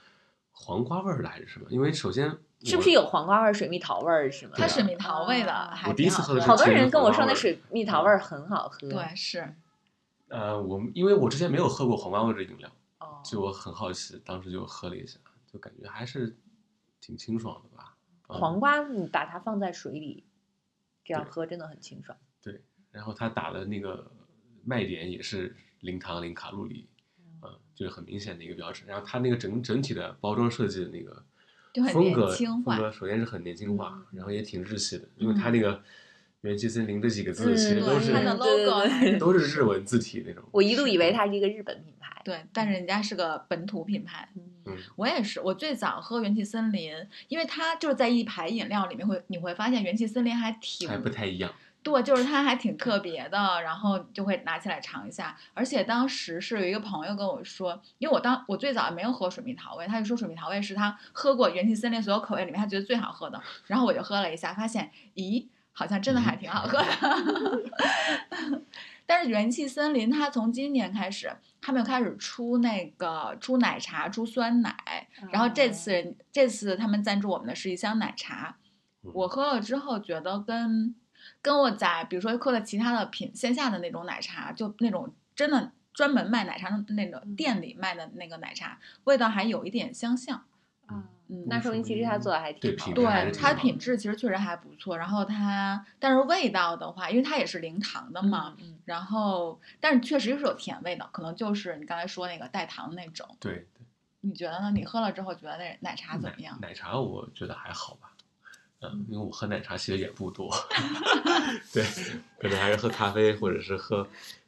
[SPEAKER 1] 黄瓜味儿的还是什么？因为首先
[SPEAKER 3] 是不
[SPEAKER 1] 我
[SPEAKER 3] 是有黄瓜味儿、水蜜桃味儿是吗？
[SPEAKER 1] 对
[SPEAKER 2] 它
[SPEAKER 1] 啊
[SPEAKER 2] 水蜜桃味的，
[SPEAKER 3] 啊
[SPEAKER 2] 还
[SPEAKER 1] 我第一次
[SPEAKER 2] 挺
[SPEAKER 1] 喝的是
[SPEAKER 3] 好
[SPEAKER 2] 好
[SPEAKER 3] 多
[SPEAKER 1] 其实
[SPEAKER 3] 人跟我
[SPEAKER 1] 黄瓜味儿
[SPEAKER 3] 说那
[SPEAKER 1] 嗯
[SPEAKER 3] 水蜜桃味儿很好喝。
[SPEAKER 2] 对，是
[SPEAKER 1] 呃，我们因为我之前没有喝过黄瓜味儿的饮料，
[SPEAKER 3] 哦，
[SPEAKER 1] 就嗯我很好奇，当时就喝了一下，就感觉还是挺清爽的吧。嗯
[SPEAKER 3] 黄瓜你把它放在水里，这样
[SPEAKER 1] 对
[SPEAKER 3] 喝真的很清爽。
[SPEAKER 1] 然后他打的那个卖点也是零糖零卡路里，嗯、就是很明显的一个标志。然后它那个整整体的包装设计的那个
[SPEAKER 2] 就很
[SPEAKER 1] 风
[SPEAKER 2] 年
[SPEAKER 1] 格
[SPEAKER 2] 轻化
[SPEAKER 1] 风格，首先是很年轻化，然后也挺日系的，因为
[SPEAKER 2] 嗯
[SPEAKER 1] 它那个“元气森林”这几个字
[SPEAKER 3] 嗯
[SPEAKER 1] 其实
[SPEAKER 2] 对
[SPEAKER 1] 都
[SPEAKER 2] 它的
[SPEAKER 1] 是
[SPEAKER 2] logo 啊
[SPEAKER 3] 对对对
[SPEAKER 2] 还是
[SPEAKER 1] 都是日文字体那种。
[SPEAKER 3] 我一度以为它是一个日本品牌。
[SPEAKER 2] 对，但是人家是个本土品牌。
[SPEAKER 3] 嗯
[SPEAKER 1] 嗯，
[SPEAKER 2] 我也是，我最早喝元气森林，因为它就是在一排饮料里面会，你会发现元气森林还挺
[SPEAKER 1] 还不太一样。嗯
[SPEAKER 2] 对，就是它还挺特别的，然后就会拿起来尝一下。而且当时是有一个朋友跟我说，因为我当我最早也没有喝水蜜桃味，他就说水蜜桃味是他喝过元气森林所有口味里面他觉得最好喝的。然后我就喝了一下，发现咦，好像真的还挺好喝的。 但是元气森林它从今年开始，他们又开始出那个出奶茶、出酸奶，然后这次人这次他们赞助我们的是一箱奶茶，
[SPEAKER 1] 嗯
[SPEAKER 2] 我喝了之后觉得跟跟我在比如说喝了其他的品线下的那种奶茶，就那种真的专门卖奶茶的那种店里卖的那个奶茶，味道还有一点相像。
[SPEAKER 3] 啊
[SPEAKER 2] 嗯
[SPEAKER 3] 那说明其实它做的还
[SPEAKER 1] 对
[SPEAKER 3] 挺好
[SPEAKER 1] 品
[SPEAKER 3] 的
[SPEAKER 1] 质还
[SPEAKER 2] 对
[SPEAKER 1] 是挺
[SPEAKER 2] 它
[SPEAKER 1] 好
[SPEAKER 2] 的品质其实确实还不错，然后它但是味道的话，因为它也是零糖的嘛，
[SPEAKER 3] 嗯，嗯
[SPEAKER 2] 然后但是确实是有甜味的，可能就是你刚才说那个代糖那种。
[SPEAKER 1] 对，对
[SPEAKER 2] 你觉得呢？你喝了之后觉得那奶茶怎么样？
[SPEAKER 1] 奶？奶茶我觉得还好吧，嗯，因为我喝奶茶其实也不 多， 对，可能还是喝咖啡或者是喝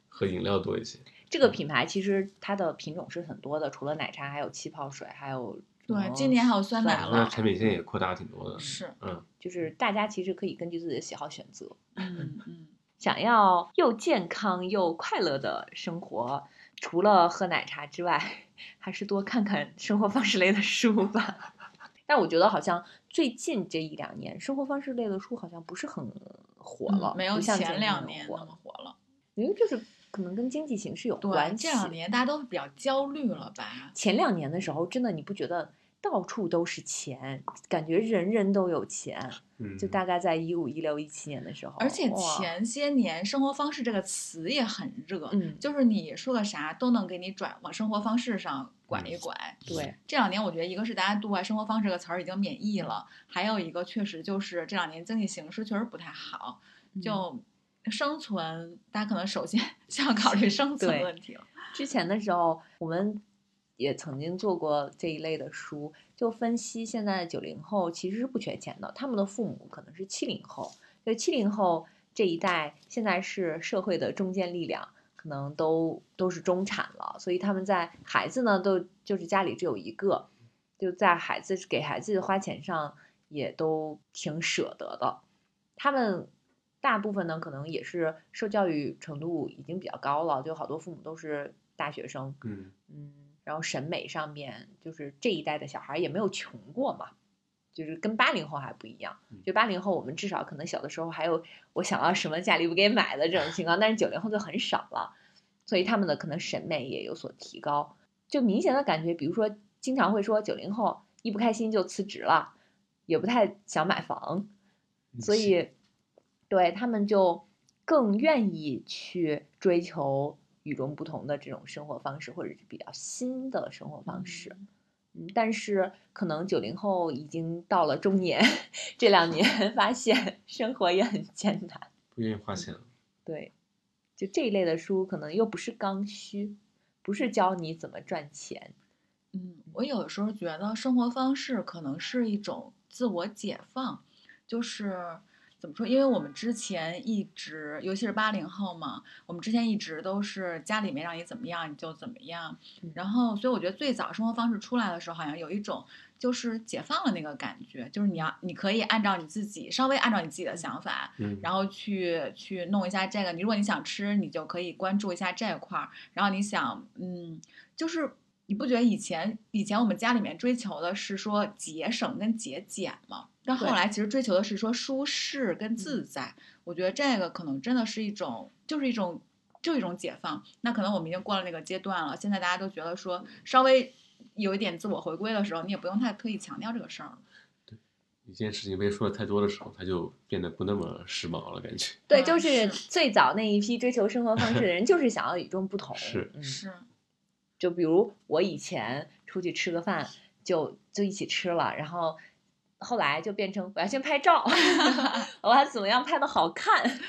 [SPEAKER 1] 喝饮料多一些。
[SPEAKER 3] 这个品牌其实它的品种是很多的，除了奶茶，还有气泡水，还有什
[SPEAKER 2] 对
[SPEAKER 3] 么
[SPEAKER 2] 今年还有哦酸奶
[SPEAKER 1] 然
[SPEAKER 2] 了
[SPEAKER 1] 后它产品线也扩大挺多的，
[SPEAKER 2] 是，
[SPEAKER 1] 嗯，
[SPEAKER 3] 嗯就是大家其实可以根据自己的喜好选择。
[SPEAKER 2] 嗯嗯，
[SPEAKER 3] 想要又健康又快乐的生活，除了喝奶茶之外，还是多看看生活方式类的书吧。 但我觉得好像最近这一两年，生活方式类的书好像不是很火了，
[SPEAKER 2] 嗯没有
[SPEAKER 3] 不像
[SPEAKER 2] 前两
[SPEAKER 3] 那么
[SPEAKER 2] 年
[SPEAKER 3] 火
[SPEAKER 2] 那
[SPEAKER 3] 了，
[SPEAKER 2] 么火了。
[SPEAKER 3] 因为就是可能跟经济形势有
[SPEAKER 2] 对，
[SPEAKER 3] 关系。
[SPEAKER 2] 这两年大家都比较焦虑了吧？
[SPEAKER 3] 前两年的时候，真的你不觉得到处都是钱，感觉人人都有钱，
[SPEAKER 1] 嗯
[SPEAKER 3] 就大概在一五、一六、一七年的时候，
[SPEAKER 2] 而且
[SPEAKER 3] 哦哇，
[SPEAKER 2] 前些年“生活方式”这个词也很热，
[SPEAKER 3] 嗯，
[SPEAKER 2] 就是你说个啥都能给你转往生活方式上拐一
[SPEAKER 1] 嗯
[SPEAKER 2] 拐。
[SPEAKER 3] 对，
[SPEAKER 2] 这两年我觉得一个是大家对外生活方式这个词儿已经免疫了，还有一个确实就是这两年经济形势确实不太好，
[SPEAKER 3] 嗯
[SPEAKER 2] 就生存，大家可能首先 先要考虑生存
[SPEAKER 3] 对
[SPEAKER 2] 问题了。
[SPEAKER 3] 之前的时候，我们也曾经做过这一类的书，就分析现在的九零后其实是不缺钱的，他们的父母可能是七零后，就七零后这一代现在是社会的中坚力量，可能都都是中产了，所以他们在孩子呢都就是家里只有一个，就在孩子给孩子的花钱上也都挺舍得的，他们大部分呢，可能也是受教育程度已经比较高了，就好多父母都是大学生，
[SPEAKER 1] 嗯
[SPEAKER 3] 嗯，然后审美上面，就是这一代的小孩儿也没有穷过嘛，就是跟八零后还不一样
[SPEAKER 1] 嗯。
[SPEAKER 3] 就八零后，我们至少可能小的时候还有我想要什么家里不给买的这种情况，但是九零后就很少了，所以他们的可能审美也有所提高。就明显的感觉，比如说经常会说九零后一不开心就辞职了，也不太想买房，
[SPEAKER 2] 嗯
[SPEAKER 3] 所以对他们就更愿意去追求与众不同的这种生活方式，或者是比较新的生活方式。嗯，但是可能九零后已经到了中年， 这两 年发现生活也很艰难。
[SPEAKER 1] 不愿意花钱了，
[SPEAKER 3] 对，就这一类的书可能又不是刚需，不是教你怎么赚钱。
[SPEAKER 2] 嗯，我有的时候觉得生活方式可能是一种自我解放，就是怎么说？因为我们之前一直，尤其是八零后嘛，我们之前一直都是家里面让你怎么样你就怎么样
[SPEAKER 3] 嗯，
[SPEAKER 2] 然后所以我觉得最早生活方式出来的时候，好像有一种就是解放了那个感觉，就是你要你可以按照你自己稍微按照你自己的想法，
[SPEAKER 1] 嗯，
[SPEAKER 2] 然后去去弄一下这个。你如果你想吃，你就可以关注一下这块儿。然后你想，嗯，就是你不觉得以前以前我们家里面追求的是说节省跟节俭吗？但后
[SPEAKER 3] 对
[SPEAKER 2] 来其实追求的是说舒适跟自在。我觉得这个可能真的是一种，就是一种。就是一种解放，那可能我们已经过了那个阶段了。现在大家都觉得说，稍微有一点自我回归的时候，你也不用太刻意强调这个事儿了。
[SPEAKER 1] 一件事情被说的太多的时候，它就变得不那么时髦了，感觉
[SPEAKER 3] 对，
[SPEAKER 2] 嗯
[SPEAKER 3] 就是
[SPEAKER 2] 是
[SPEAKER 3] 最早那一批追求生活方式的人，就是想要与众不同。
[SPEAKER 1] 是
[SPEAKER 3] 嗯
[SPEAKER 2] 是，
[SPEAKER 3] 就比如我以前出去吃个饭，就就一起吃了，然后后来就变成我要先拍照， 我要怎么样拍的好看。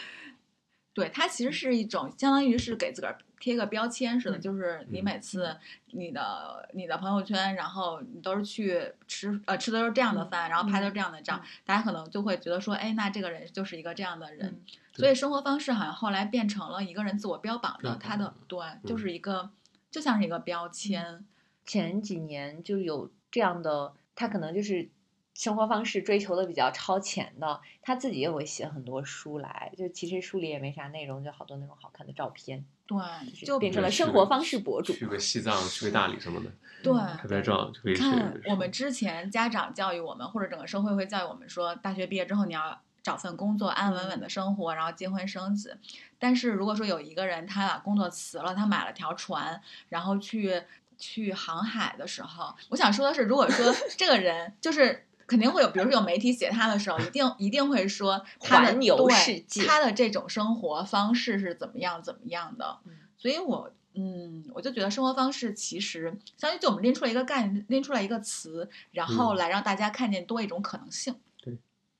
[SPEAKER 2] 对，它其实是一种相当于是给自个儿贴个标签似的，
[SPEAKER 3] 嗯
[SPEAKER 2] 就是你
[SPEAKER 1] 嗯
[SPEAKER 2] 每次你的、你的朋友圈，然后你都是去吃呃吃的都是这样的
[SPEAKER 3] 嗯
[SPEAKER 2] 饭，然后拍的都是这样的照，
[SPEAKER 3] 嗯
[SPEAKER 2] 大家可能就会觉得说，哎，那这个人就是一个这样的人。
[SPEAKER 3] 嗯
[SPEAKER 1] 对
[SPEAKER 2] 所以生活方式好像后来变成了一个人自我标榜
[SPEAKER 1] 标
[SPEAKER 2] 的，
[SPEAKER 1] 榜
[SPEAKER 2] 他的
[SPEAKER 1] 嗯
[SPEAKER 2] 对，就是一个就像是一个标签，
[SPEAKER 3] 前几年就有这样的，他可能就是生活方式追求的比较超前的，他自己也会写很多书来，就其实书里也没啥内容，就好多那种好看的照片，
[SPEAKER 2] 对，
[SPEAKER 3] 是
[SPEAKER 2] 就
[SPEAKER 3] 变成
[SPEAKER 1] 对
[SPEAKER 3] 了
[SPEAKER 1] 是
[SPEAKER 3] 生
[SPEAKER 1] 的
[SPEAKER 3] 活方式博主。
[SPEAKER 1] 去个西藏、去个大理什么的，
[SPEAKER 2] 对
[SPEAKER 1] 拍拍照就可以去。
[SPEAKER 2] 看我们之前家长教育我们，或者整个社会会教育我们说，大学毕业之后你要找份工作，安安稳稳的生活，然后结婚生子。但是如果说有一个人他把工作辞了，他买了条船，然后去去航海的时候，我想说的是，如果 说这个人就是。肯定会有，比如说有媒体写他的时候，一定一定会说他的
[SPEAKER 3] 环游
[SPEAKER 2] 对
[SPEAKER 3] 世界
[SPEAKER 2] 他的这种生活方式是怎么样怎么样的。
[SPEAKER 3] 嗯
[SPEAKER 2] 所以我嗯，我就觉得生活方式其实相当于就我们拎出来一个概念，拎出来一个词，然后
[SPEAKER 1] 嗯
[SPEAKER 2] 来让大家看见多一种可能性。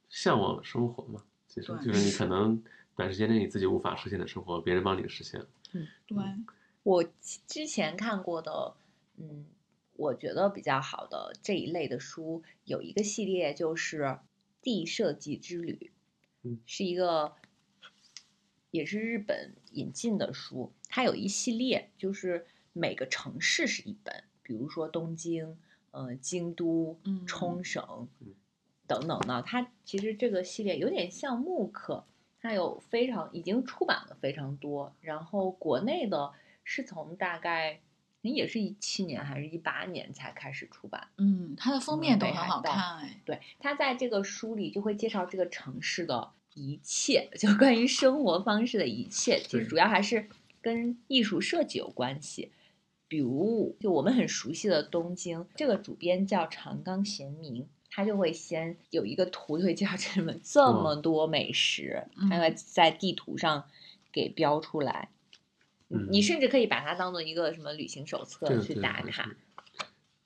[SPEAKER 1] 向往的生活嘛，其实
[SPEAKER 2] 对
[SPEAKER 1] 就是你
[SPEAKER 3] 是
[SPEAKER 1] 可能短时间内你自己无法实现的生活，别人帮你实现了。
[SPEAKER 2] 对，
[SPEAKER 1] 嗯
[SPEAKER 3] 我其之前看过的，嗯，我觉得比较好的这一类的书，有一个系列就是《地设计之旅》，
[SPEAKER 1] 嗯，
[SPEAKER 3] 是一个也是日本引进的书，它有一系列，就是每个城市是一本，比如说东京、呃京都、
[SPEAKER 2] 嗯
[SPEAKER 3] 冲绳
[SPEAKER 1] 嗯
[SPEAKER 3] 等等的。它其实这个系列有点像木刻，它有非常已经出版了非常多，然后国内的是从大概。也是一七年还是一八年才开始出版，
[SPEAKER 2] 嗯，它的封
[SPEAKER 3] 嗯
[SPEAKER 2] 面都
[SPEAKER 3] 北
[SPEAKER 2] 很
[SPEAKER 3] 海
[SPEAKER 2] 好
[SPEAKER 3] 道
[SPEAKER 2] 看哎，
[SPEAKER 3] 对，他在这个书里就会介绍这个城市的一切， 就关于生活方式的一切，其实
[SPEAKER 1] 对
[SPEAKER 3] 主要还是跟艺术设计有关系。比如，就我们很熟悉的东京，这个主编叫长冈贤明，他就会先有一个图，就会介绍这么这
[SPEAKER 1] 嗯
[SPEAKER 3] 么多美食，他
[SPEAKER 2] 嗯
[SPEAKER 3] 会在地图上给标出来。你你
[SPEAKER 1] 嗯
[SPEAKER 3] 甚至可以把它当做一个什么旅行手
[SPEAKER 1] 这
[SPEAKER 3] 册
[SPEAKER 1] 个
[SPEAKER 3] 去
[SPEAKER 1] 对
[SPEAKER 3] 打
[SPEAKER 1] 还
[SPEAKER 3] 卡
[SPEAKER 1] 是。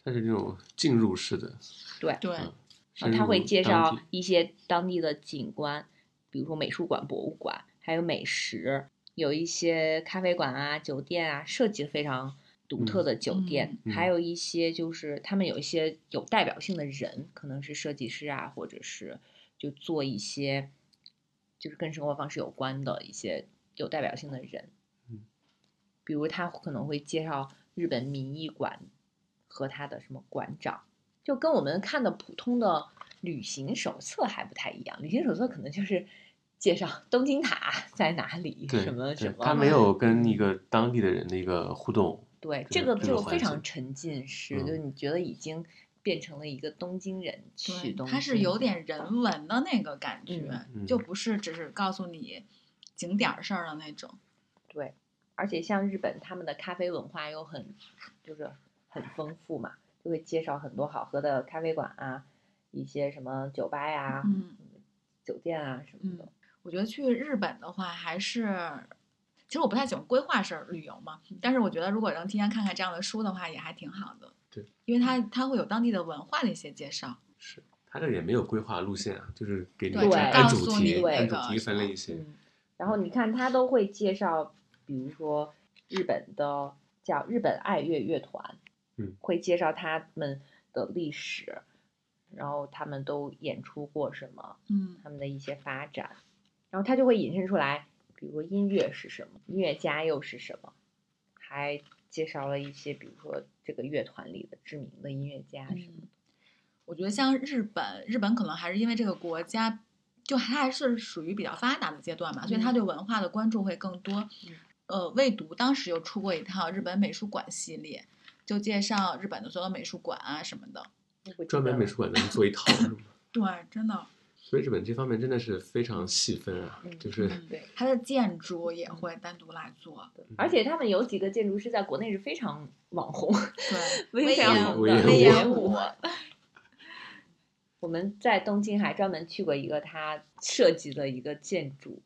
[SPEAKER 1] 它是这种进入式的，
[SPEAKER 3] 对，
[SPEAKER 1] 嗯
[SPEAKER 2] 对，
[SPEAKER 3] 呃，
[SPEAKER 1] 深
[SPEAKER 3] 他会
[SPEAKER 1] 入
[SPEAKER 3] 介
[SPEAKER 1] 当
[SPEAKER 3] 绍
[SPEAKER 1] 地
[SPEAKER 3] 一些当地的景观，比如说美术馆、博物馆，还有美食，有一些咖啡馆啊、酒店啊，设计得非常独
[SPEAKER 1] 嗯
[SPEAKER 3] 特的酒店，
[SPEAKER 1] 嗯嗯
[SPEAKER 3] 还有一些就是他们有一些有代表性的人，可能是设计师啊，或者是就做一些就是跟生活方式有关的一些有代表性的人，
[SPEAKER 1] 嗯，
[SPEAKER 3] 比如他可能会介绍日本民艺馆和他的什么馆长，就跟我们看的普通的旅行手册还不太一样，旅行手册可能就是介绍 东京塔在哪里，
[SPEAKER 1] 对
[SPEAKER 3] 什么
[SPEAKER 1] 对
[SPEAKER 3] 什么，嗯
[SPEAKER 1] 它没有跟一个当地的人的一个互动，
[SPEAKER 3] 对，
[SPEAKER 1] 这
[SPEAKER 3] 这
[SPEAKER 1] 个
[SPEAKER 3] 个
[SPEAKER 1] 这
[SPEAKER 3] 就
[SPEAKER 1] 个环
[SPEAKER 3] 非
[SPEAKER 1] 嗯
[SPEAKER 3] 常
[SPEAKER 1] 境
[SPEAKER 3] 沉浸式，就你觉得已经变成了一个东京人去
[SPEAKER 2] 对
[SPEAKER 3] 东，京，
[SPEAKER 2] 它是有点人文的那个感觉，
[SPEAKER 1] 嗯
[SPEAKER 2] 就不是只是告诉你景点儿事儿的那种。
[SPEAKER 3] 对，而且像日本他们的咖啡文化又很就是很丰富嘛，就会介绍很多好喝的咖啡馆啊，一些什么酒吧呀、
[SPEAKER 2] 嗯，
[SPEAKER 3] 酒店啊什么的。
[SPEAKER 2] 我觉得去日本的话，还是其实我不太喜欢规划式旅游嘛，
[SPEAKER 1] 嗯
[SPEAKER 2] 但是我觉得如果能提前看看这样的书的话，也还挺好的。
[SPEAKER 1] 对，
[SPEAKER 2] 因为它它会有当地的文化的一些介绍。
[SPEAKER 1] 是它这也没有规划路线啊，就是给你
[SPEAKER 2] 对
[SPEAKER 1] 这按
[SPEAKER 3] 告
[SPEAKER 1] 主
[SPEAKER 2] 诉
[SPEAKER 1] 题
[SPEAKER 2] 你
[SPEAKER 1] 按主
[SPEAKER 2] 这个
[SPEAKER 1] 题
[SPEAKER 2] 什
[SPEAKER 1] 分
[SPEAKER 2] 么
[SPEAKER 1] 类一些，
[SPEAKER 3] 嗯，然后你看他都会介绍，比如说日本的叫日本爱乐乐团，
[SPEAKER 1] 嗯，
[SPEAKER 3] 会介绍他们的历史，然后他们都演出过什么，
[SPEAKER 2] 嗯
[SPEAKER 3] 他们的一些发展，然后它就会引申出来，比如音乐是什么，音乐家又是什么，还介绍了一些，比如说这个乐团里的知名的音乐家什么
[SPEAKER 2] 嗯，我觉得像日本，日本可能还是因为这个国家，就它还是属于比较发达的阶段嘛，所以它
[SPEAKER 3] 嗯
[SPEAKER 2] 对文化的关注会更多。呃，未读当时有出过一套日本美术馆系列，就介绍日本的所有美术馆啊什么的。
[SPEAKER 3] 那我记
[SPEAKER 1] 专门
[SPEAKER 3] 得
[SPEAKER 1] 美术馆咱们做一 套是吗？
[SPEAKER 2] 对，真的，
[SPEAKER 1] 所以日本这方面真的是非常细分啊
[SPEAKER 3] 嗯，
[SPEAKER 1] 就是
[SPEAKER 2] 嗯
[SPEAKER 3] 对
[SPEAKER 2] 它的建筑也会单独来做。
[SPEAKER 3] 对
[SPEAKER 1] 嗯
[SPEAKER 3] 而且他们有几个建筑师在国内是非常网红，
[SPEAKER 2] 对，
[SPEAKER 3] 威
[SPEAKER 1] 廉
[SPEAKER 3] 廉
[SPEAKER 1] 威
[SPEAKER 3] 的
[SPEAKER 1] 廉威
[SPEAKER 2] 廉
[SPEAKER 3] 伍
[SPEAKER 2] 伍。
[SPEAKER 3] 我们在东京还专门去过一个他设计的一个建筑，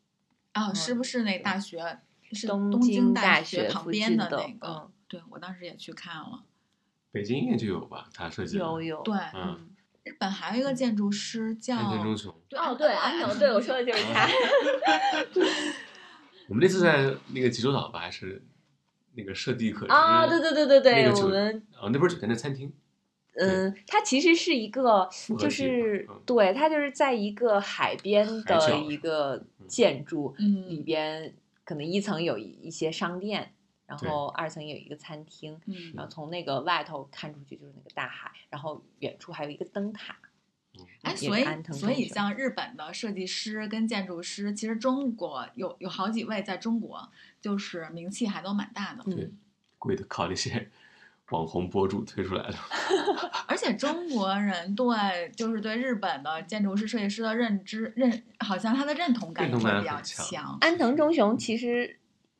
[SPEAKER 2] 啊，是不是那大学是
[SPEAKER 3] 东
[SPEAKER 2] 东京
[SPEAKER 3] 大
[SPEAKER 2] 学旁
[SPEAKER 3] 附
[SPEAKER 2] 边
[SPEAKER 3] 近
[SPEAKER 2] 的嗯
[SPEAKER 3] 的嗯
[SPEAKER 2] 那个？对，我当时也去看了。
[SPEAKER 1] 北京应该就有吧，他设计
[SPEAKER 3] 嗯，
[SPEAKER 1] 的
[SPEAKER 3] 有有，
[SPEAKER 2] 对，
[SPEAKER 1] 嗯，
[SPEAKER 2] 日本还有一个嗯建筑师叫
[SPEAKER 1] 安藤忠雄。
[SPEAKER 3] 哦对，安藤，对我说的就是
[SPEAKER 1] 啊
[SPEAKER 3] 他，
[SPEAKER 1] 我们那次在那个济州岛吧，还是那个设计课
[SPEAKER 3] 啊，对
[SPEAKER 1] 对，
[SPEAKER 3] 对对对
[SPEAKER 1] 那
[SPEAKER 3] 对，
[SPEAKER 1] 个酒
[SPEAKER 3] 我们
[SPEAKER 1] 哦，那不是酒店的餐厅，
[SPEAKER 3] 嗯，它其实是一个，
[SPEAKER 1] 合
[SPEAKER 3] 就
[SPEAKER 1] 体嘛
[SPEAKER 3] 是
[SPEAKER 1] 嗯
[SPEAKER 3] 对，它就是在一个海边
[SPEAKER 1] 海
[SPEAKER 3] 的
[SPEAKER 1] 角
[SPEAKER 3] 一
[SPEAKER 1] 是吧
[SPEAKER 3] 个
[SPEAKER 1] 嗯
[SPEAKER 3] 建筑，
[SPEAKER 2] 嗯
[SPEAKER 3] 里边可能一层有一一些商店，然
[SPEAKER 1] 对
[SPEAKER 3] 后二层有一个餐厅，
[SPEAKER 2] 嗯
[SPEAKER 3] 然后从那个外头看出去就是那个大海，然后远处还有一个灯塔。
[SPEAKER 1] 嗯
[SPEAKER 2] 哎，
[SPEAKER 3] 也
[SPEAKER 2] 所
[SPEAKER 3] 是
[SPEAKER 2] 以
[SPEAKER 3] 安藤
[SPEAKER 2] 所
[SPEAKER 3] 忠
[SPEAKER 2] 以
[SPEAKER 3] 雄
[SPEAKER 2] 像日本的设计师跟建筑师，其实中国有有好几位在中国就是名气还都蛮大的，
[SPEAKER 1] 对
[SPEAKER 3] 嗯，
[SPEAKER 1] 贵的靠那些 网红博主推出来
[SPEAKER 2] 哦
[SPEAKER 1] 的。
[SPEAKER 2] 而且中国人对就是对日本的建筑师、设计师的认知认，好像他的认同感
[SPEAKER 1] 认
[SPEAKER 2] 也
[SPEAKER 1] 同
[SPEAKER 2] 会
[SPEAKER 1] 感
[SPEAKER 2] 比较
[SPEAKER 1] 很强
[SPEAKER 2] 强。
[SPEAKER 3] 安藤忠雄其实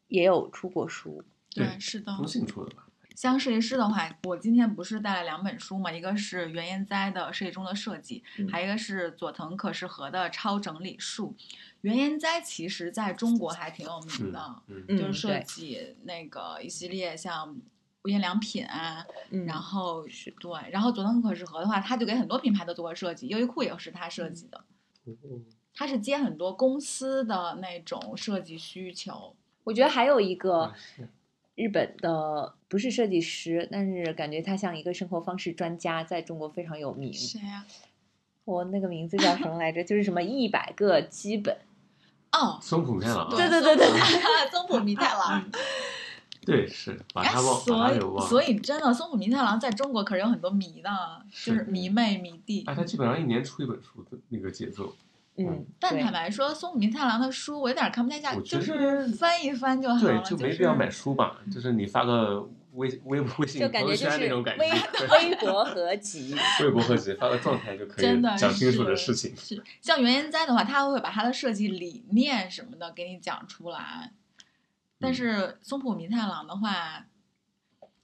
[SPEAKER 3] 也有出过书，
[SPEAKER 2] 对，
[SPEAKER 1] 对
[SPEAKER 2] 是的。
[SPEAKER 1] 中信出的吧？
[SPEAKER 2] 像设计师的话，我今天不是带了两本书嘛，一个是原研哉的《设计中的设计》，
[SPEAKER 3] 嗯
[SPEAKER 2] 还有一个是佐藤可士和的《超整理术》。原研哉其实在中国还挺有名
[SPEAKER 1] 嗯
[SPEAKER 2] 的，
[SPEAKER 1] 嗯，
[SPEAKER 3] 嗯
[SPEAKER 2] 就是设
[SPEAKER 3] 对，
[SPEAKER 2] 计那个一系列像无印良品啊，
[SPEAKER 3] 嗯
[SPEAKER 2] 然后
[SPEAKER 3] 是
[SPEAKER 2] 对，然后佐藤可士和的话，他就给很多品牌都做过设计，优衣库也是他设
[SPEAKER 3] 嗯
[SPEAKER 2] 计的，他是接很多公司的那种设计需求。
[SPEAKER 3] 我觉得还有一个
[SPEAKER 1] 啊是
[SPEAKER 3] 日本的不是设计师，但是感觉他像一个生活方式专家，在中国非常有名。
[SPEAKER 2] 谁呀、
[SPEAKER 3] 我那个名字叫什么来着？就是什么一百个基本。
[SPEAKER 2] 哦，
[SPEAKER 1] 松浦啊太郎，
[SPEAKER 3] 对对对对
[SPEAKER 2] 对，松浦弥太郎。
[SPEAKER 3] 嗯
[SPEAKER 1] 对是把
[SPEAKER 2] 哎，
[SPEAKER 1] 他忘，把
[SPEAKER 2] 所
[SPEAKER 1] 他给忘
[SPEAKER 2] 以
[SPEAKER 1] 了。
[SPEAKER 2] 所以真的，松浦弥太郎在中国可是有很多迷的，就是是迷妹迷弟。
[SPEAKER 1] 哎，他基本上一年出一本书的那个节奏，
[SPEAKER 3] 嗯，
[SPEAKER 2] 但
[SPEAKER 3] 对
[SPEAKER 2] 坦白说，松浦弥太郎的书我有点看不太下，
[SPEAKER 1] 我
[SPEAKER 2] 就
[SPEAKER 1] 觉
[SPEAKER 2] 是
[SPEAKER 1] 得
[SPEAKER 2] 翻一翻就好
[SPEAKER 1] 对
[SPEAKER 2] 了，，
[SPEAKER 1] 就没
[SPEAKER 2] 是
[SPEAKER 1] 必要买书吧，就是你发个微微微信
[SPEAKER 3] 就感
[SPEAKER 1] 朋友
[SPEAKER 3] 觉就
[SPEAKER 1] 圈
[SPEAKER 3] 是
[SPEAKER 1] 那种感觉
[SPEAKER 3] 微，微博合集。
[SPEAKER 1] 微博合集发个状态就可以
[SPEAKER 2] 真的
[SPEAKER 1] 讲清楚的
[SPEAKER 2] 是
[SPEAKER 1] 事情。
[SPEAKER 2] 是像原研哉的话，他会把他的设计理念什么的给你讲出来，但
[SPEAKER 1] 嗯
[SPEAKER 2] 是松浦弥太郎的话。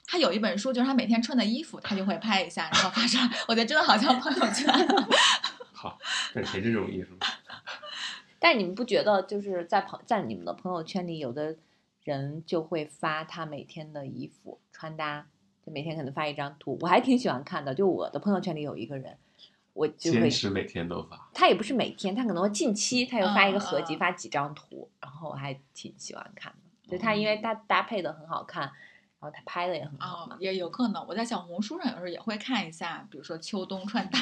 [SPEAKER 2] 他有一本书，就是他每天穿的衣服，他就会拍一下，然后发出来。我觉得真的好像朋友圈。
[SPEAKER 1] 好，但谁这种艺术？
[SPEAKER 3] 但你们不觉得就是在朋在你们的朋友圈里，有的人就会发他每天的衣服穿搭，就每天可能发一张图，我还挺喜欢看的。就我的朋友圈里有一个人，我 就
[SPEAKER 1] 坚
[SPEAKER 3] 会
[SPEAKER 1] 持每天都发，
[SPEAKER 3] 他也不是每天，他可能会近期他又发一个合集，
[SPEAKER 2] 嗯嗯
[SPEAKER 3] 发几张图，然后我还挺喜欢看的。就他因
[SPEAKER 1] 哦
[SPEAKER 3] 为他搭配的很好看，然后他拍的也很好
[SPEAKER 2] 哦
[SPEAKER 3] 嘛，。
[SPEAKER 2] 也有可能。我在小红书上有时候也会看一下，比如说秋冬穿搭。